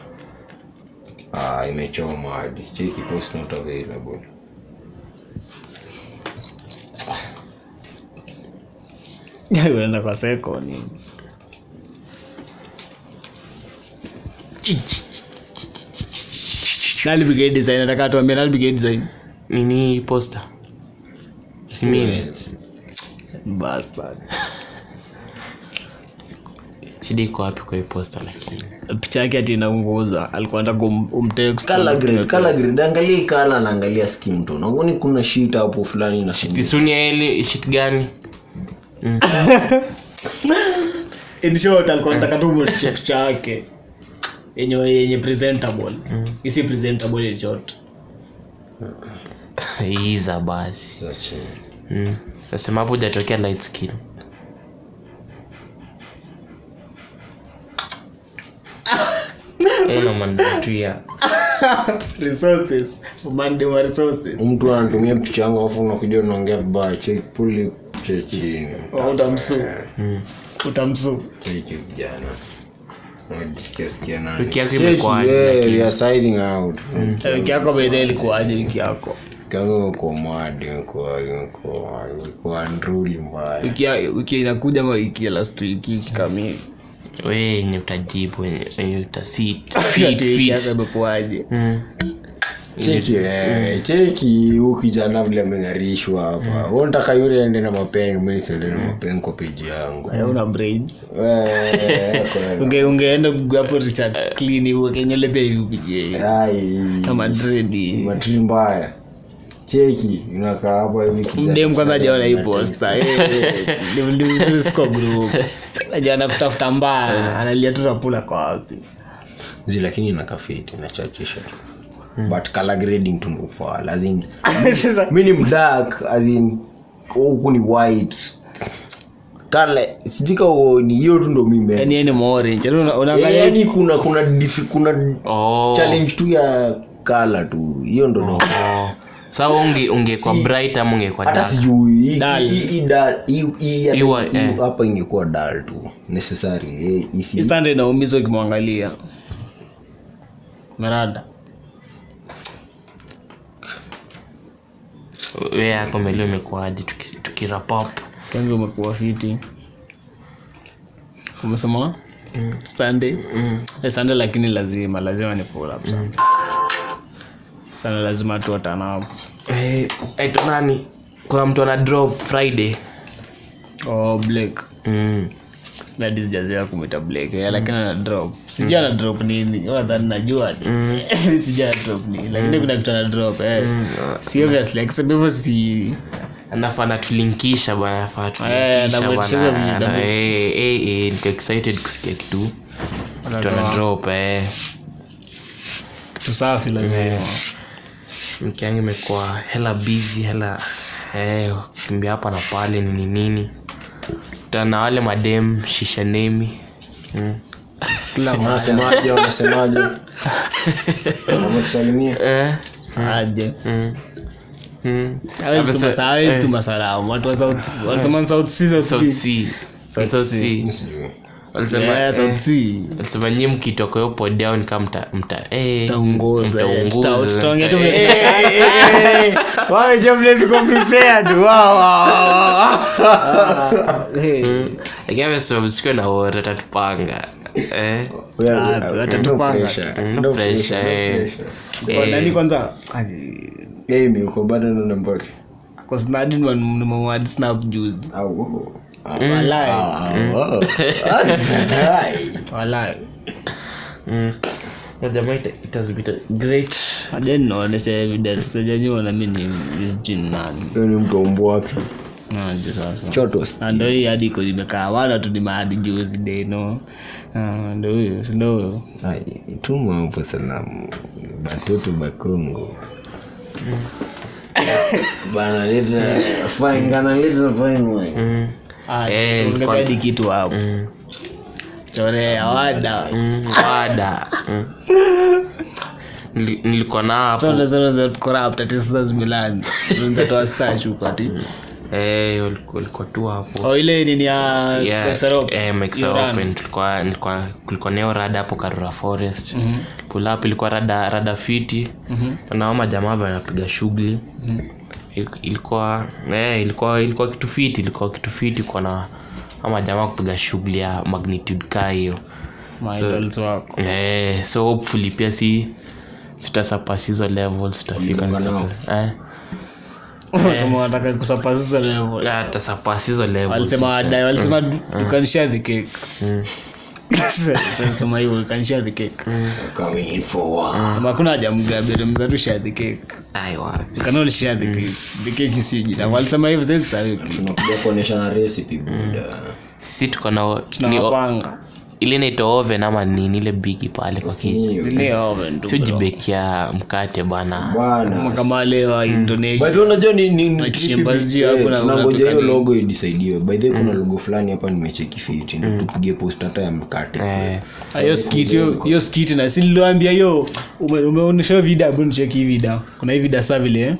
Speaker 2: ah imechoma hadi cheki post not available
Speaker 1: Unaenda kwa Seko, ni- Nani alipiga hii design? Nataka tuambie nani alipiga hii design?
Speaker 3: nini posta simini
Speaker 2: Yes.
Speaker 1: Bastard.
Speaker 3: shida iko wapi kwa hii posta lakini
Speaker 1: picha yake ati inaunguza alikuwa anataka kum- umtext.
Speaker 2: color grade color grade angalia hii color na angalia skin tone unaoni kuna shit hapo fulani na
Speaker 3: tisuni ya ile shit gani [laughs]
Speaker 1: In short, alikuwa anataka tu umwoneshe picha yake yenye yenye presentable isi presentable in short
Speaker 3: iza basi
Speaker 2: Za chini.
Speaker 3: Mm. nasema hapo hujatokea light skin una mandatu ya
Speaker 1: resources Monday wa resources
Speaker 2: mtu anatumia picha yangu alafu unakuja unaongea vibaya cheki puli picha chini
Speaker 1: Wa utamsu Mm. utamsu
Speaker 2: cheki kijana unajisikia sikia nani
Speaker 3: wiki yako
Speaker 2: Cheki,
Speaker 3: imekuaje
Speaker 2: yeah, you are siding out
Speaker 1: Eh, wiki yako baidha ilikuwaje wiki yako
Speaker 2: kama uko mwadi uko uko uko andruli mbaya
Speaker 1: wiki ya- wiki inakuja ama wiki ya last week wiki [laughs] kamili
Speaker 3: we yenye utajibu wenye wenye utasit fit
Speaker 1: [laughs] Ati wiki yako
Speaker 3: fit
Speaker 1: imekuwaje
Speaker 3: Mm.
Speaker 2: cheki eh, cheki huu kijana vile ameng'arishwa hapa wewe unataka yule aende na mapengo mimi siende na mapengo kwa peji yangu
Speaker 1: Eh, una braids
Speaker 2: Eh, kwa-
Speaker 1: unge ungeenda hapo richard clean hiyo kenyele pia hivi kupigie
Speaker 2: ai
Speaker 1: kama dread
Speaker 2: matri mbaya cheki unakaa hapa hivi kijana.
Speaker 1: mdem kwanza ajaona hii Eh, posta sko group ajana kutafuta mbaya analia tu tapula kwa wapi
Speaker 2: zi lakini nakafiti nachachisha but color grading tunufaa lazini
Speaker 1: [laughs] Sasa,
Speaker 2: mi ni mdak azin huku ni white kala sijika ni hiyo tu ndo mime
Speaker 1: yani yeye ni morange Yaani una- unaangalia
Speaker 2: yani kuna kuna difi, kuna
Speaker 3: Oh.
Speaker 2: challenge tu ya kala tu hiyo ndo no
Speaker 1: Ah.
Speaker 3: Oh. saa unge ungekwa bright ama ungekwa
Speaker 2: hata
Speaker 3: dark
Speaker 2: sijui hii-
Speaker 1: Dull.
Speaker 2: hii- hii dull- hii- hii- hii-
Speaker 3: Iwa-
Speaker 2: hii-
Speaker 3: eh.
Speaker 2: hapa ingekuwa dal tu necessary eh, isi-
Speaker 1: hii stand inaumizwa ukimwangalia merada
Speaker 3: we yako melio imekuaje tuki- tukirapap
Speaker 1: kangi umekuwa fiti umesema sunday Eh, sunday lakini lazima lazima ni pull up sana sana lazima tuwatanao
Speaker 3: Eh, aitwa nani kuna mtu ana drop friday
Speaker 1: oh blake
Speaker 3: mm.
Speaker 1: That is jazia kumwita blake yeah, lakini ana drop sijui ana drop nini nadhani najua tu. [laughs] sijui ana drop nini lakini kuna kitu ana drop eh. si obviously like sababu hivyo si
Speaker 3: anafaa natulinkisha bwana anafaa
Speaker 1: Eh, na mwetisha
Speaker 3: bwana.
Speaker 1: vile-
Speaker 3: Ana- eh, eh, eh, niko excited kusikia kitu
Speaker 1: ana
Speaker 3: kitu ana
Speaker 1: drop.
Speaker 3: drop eh.
Speaker 1: kitu safi lazima
Speaker 3: wiki yangu imekuwa hela busy hela eh, kimbia hapa na pale nini nini tana wale madem shisha nemi mm.
Speaker 1: kila mara
Speaker 2: unasemaje unasemaje amekusalimia
Speaker 3: eh,
Speaker 1: Mm. aje
Speaker 3: mm. Mm.
Speaker 1: Hawezi
Speaker 3: Afisa-
Speaker 1: tuma sa- hawezi tuma salamu Watu wa South- wanasema South Sea, South
Speaker 3: South
Speaker 1: Sea.
Speaker 3: Sea.
Speaker 1: South
Speaker 3: South
Speaker 1: Sea.
Speaker 3: Sea.
Speaker 2: Sijui.
Speaker 3: Walisema,
Speaker 1: Yeah, South
Speaker 3: eh,
Speaker 1: Sea.
Speaker 3: walisema nyi mkitoka hiyo pod yao nikaa mta mta eh,
Speaker 1: Tutaunguza, eh,
Speaker 3: mtaunguza,
Speaker 1: tuta- tutaongea tu-
Speaker 3: mta- eh.
Speaker 1: Eh, eh, eh, eh. Wawe jamani, tuko prepared. Wow, wow, [laughs] wow, wow. Eh.
Speaker 3: Mm. lakini amesema msikiwe na wote tatupanga eh.
Speaker 2: We are-
Speaker 1: Ah,
Speaker 2: uh,
Speaker 1: watatupanga.
Speaker 2: no pressure,
Speaker 3: Mm,
Speaker 2: no
Speaker 3: no
Speaker 2: pressure,
Speaker 3: pressure,
Speaker 2: no
Speaker 3: eh.
Speaker 2: pressure.
Speaker 1: Kwa nani
Speaker 3: Eh,
Speaker 1: kwanza
Speaker 2: Amy, uko bado na namba yake?
Speaker 1: Kwa Snapdeal wan- nimemwadi snap juzi
Speaker 2: Au, oh. Ah,
Speaker 3: Mm.
Speaker 1: walai
Speaker 2: ah, oh. Ah,
Speaker 1: walai
Speaker 3: mm. Na jamaa ita- it has been a great
Speaker 1: ajani naonesha evidence sijajua na mi ni jini nani
Speaker 2: Huyo ni mtombo wake
Speaker 1: Aje sasa
Speaker 2: choto
Speaker 1: Na ndo hii hadi iko nimekaa wala tu nimaadi juzi deno ndo huyo sindo huyo
Speaker 2: tuma hapo salamu batoto bakongo
Speaker 1: Mm.
Speaker 2: bana leta fine kana leta fine
Speaker 3: mm.
Speaker 1: Ah,
Speaker 3: Eh,
Speaker 1: so
Speaker 3: ilikuwa-
Speaker 1: unataka hadi kitu hapo
Speaker 3: Mm.
Speaker 1: chorea wada
Speaker 3: Mm. wada mm. Nili- nilikuwa na hapo eh, waliku- walikuwa tu hapo
Speaker 1: Oh, ile nini ya
Speaker 3: Yeah,
Speaker 1: Xarop.
Speaker 3: eh, Max
Speaker 1: Hiyo
Speaker 3: Open,
Speaker 1: run.
Speaker 3: tulikuwa- nilikuwa- kulikuwa neo rada hapo karura forest pull up ilikuwa rada rada fiti
Speaker 1: Mhm.
Speaker 3: naona majamaa vanapiga shughuli Il- ilikuwa eh, ilikuwa ilikuwa kitu fiti ilikuwa kitu fiti kwa na ama jamaa kupiga shughuli ya magnitude kaa hiyo
Speaker 1: My
Speaker 3: So-
Speaker 1: idols wako.
Speaker 3: eh, so hopefully pia si sitasupas hizo levels tutafika
Speaker 2: Waliunga nao.
Speaker 3: eh,
Speaker 1: Kama wanataka kusapasisha level.
Speaker 3: ah, tutasupas hizo levels
Speaker 1: walisema wadai walisema you can share the cake So, walisema hivyo you can share the cake
Speaker 2: coming in for work
Speaker 1: Kama hakuna haja mgabe mnaweza tu share the cake
Speaker 3: Ai, wapi.
Speaker 1: You can all share the cake the cake is huge na walisema hivyo sasa sasa hivi
Speaker 2: tunakuja kuonyesha na recipe
Speaker 1: Mm.
Speaker 2: buda
Speaker 3: sisi tuko na ni-
Speaker 1: tunawapanga
Speaker 3: ile inaitwa oven ama nini ile bigi pale kwa kicha
Speaker 2: Hiyo.
Speaker 1: ndio oven tu
Speaker 3: sio
Speaker 1: bro.
Speaker 3: jibekia mkate bana
Speaker 1: Kama
Speaker 2: bana
Speaker 1: kama wale wa Indonesia
Speaker 2: but unajua ni- ni- ni
Speaker 1: Like
Speaker 2: tricky
Speaker 1: shambas
Speaker 2: bit-
Speaker 1: juu hapo
Speaker 2: eh,
Speaker 1: na Mm.
Speaker 2: tunangoja hiyo
Speaker 1: unapika
Speaker 2: logo idisaidiwe by the way kuna logo fulani hapa nimecheki fiti
Speaker 1: Mm.
Speaker 2: ndio tupige post hata ya mkate
Speaker 3: eh,
Speaker 1: Ah, hiyo skit hiyo- hiyo skit na si niliwaambia hiyo ume- umeonyesha hiyo vida hebu nicheki hii vida kuna hii vida saa vile eh.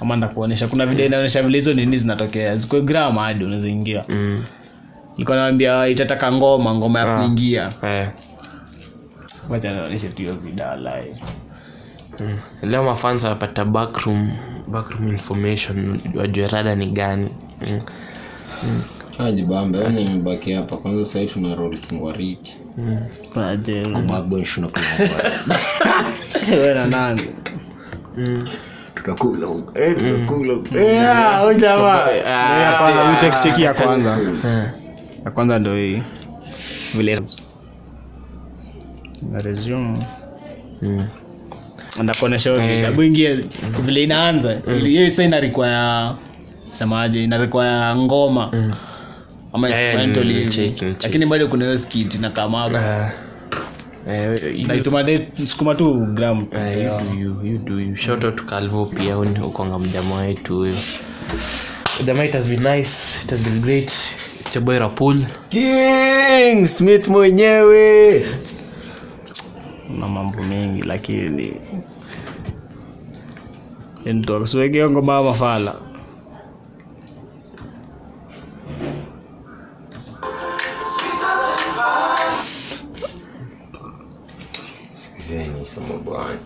Speaker 1: ama ndakuonyesha kuna vida inaonyesha vile hizo nini zinatokea ziko grama hadi unazoingia
Speaker 3: mm,
Speaker 1: nilikuwa naambia itataka ngoma ngoma ya kuingia
Speaker 3: eh.
Speaker 1: wacha naonyesha tu hiyo vida live
Speaker 3: Mm. leo mafans wapata backroom backroom information wajue rada ni gani mm.
Speaker 2: ajibambe yani mbaki hapa kwanza sahii tuna roll kingwariki
Speaker 3: Mm.
Speaker 1: Aje,
Speaker 2: backbone shuna
Speaker 1: wewe na nani [laughs]
Speaker 2: tutakula huko. Eh, tutakula huko. Eh, ah, huyu jamaa.
Speaker 1: Wewe ya kwanza, wewe cheki cheki ya kwanza
Speaker 3: Eh.
Speaker 1: ya kwanza ndo hii vile Na resume.
Speaker 3: Mm.
Speaker 1: anakuonesha
Speaker 3: Eh.
Speaker 1: vitabu ingie vile inaanza
Speaker 3: Mm.
Speaker 1: Ili- hiyo sa inarikwa ya semaje inarikwa ya ngoma ama
Speaker 3: Mm. Eh,
Speaker 1: instrumental
Speaker 3: ni- ni
Speaker 1: hivi.
Speaker 3: cheki, ni cheki.
Speaker 1: lakini bado kuna hiyo skit na kama
Speaker 3: Eh, eh, you-
Speaker 1: naituma de- sukuma tu gram
Speaker 3: eh, you do you, you do you. Shout out to Calvo pia huyu ni ukonga mjamaa wetu huyo jamaa it has been nice it has been great it's your boy Rapul
Speaker 2: king smith mwenyewe
Speaker 1: na mambo mengi lakini ntosuegeo ngoma mafala
Speaker 2: sikizeni somo bwana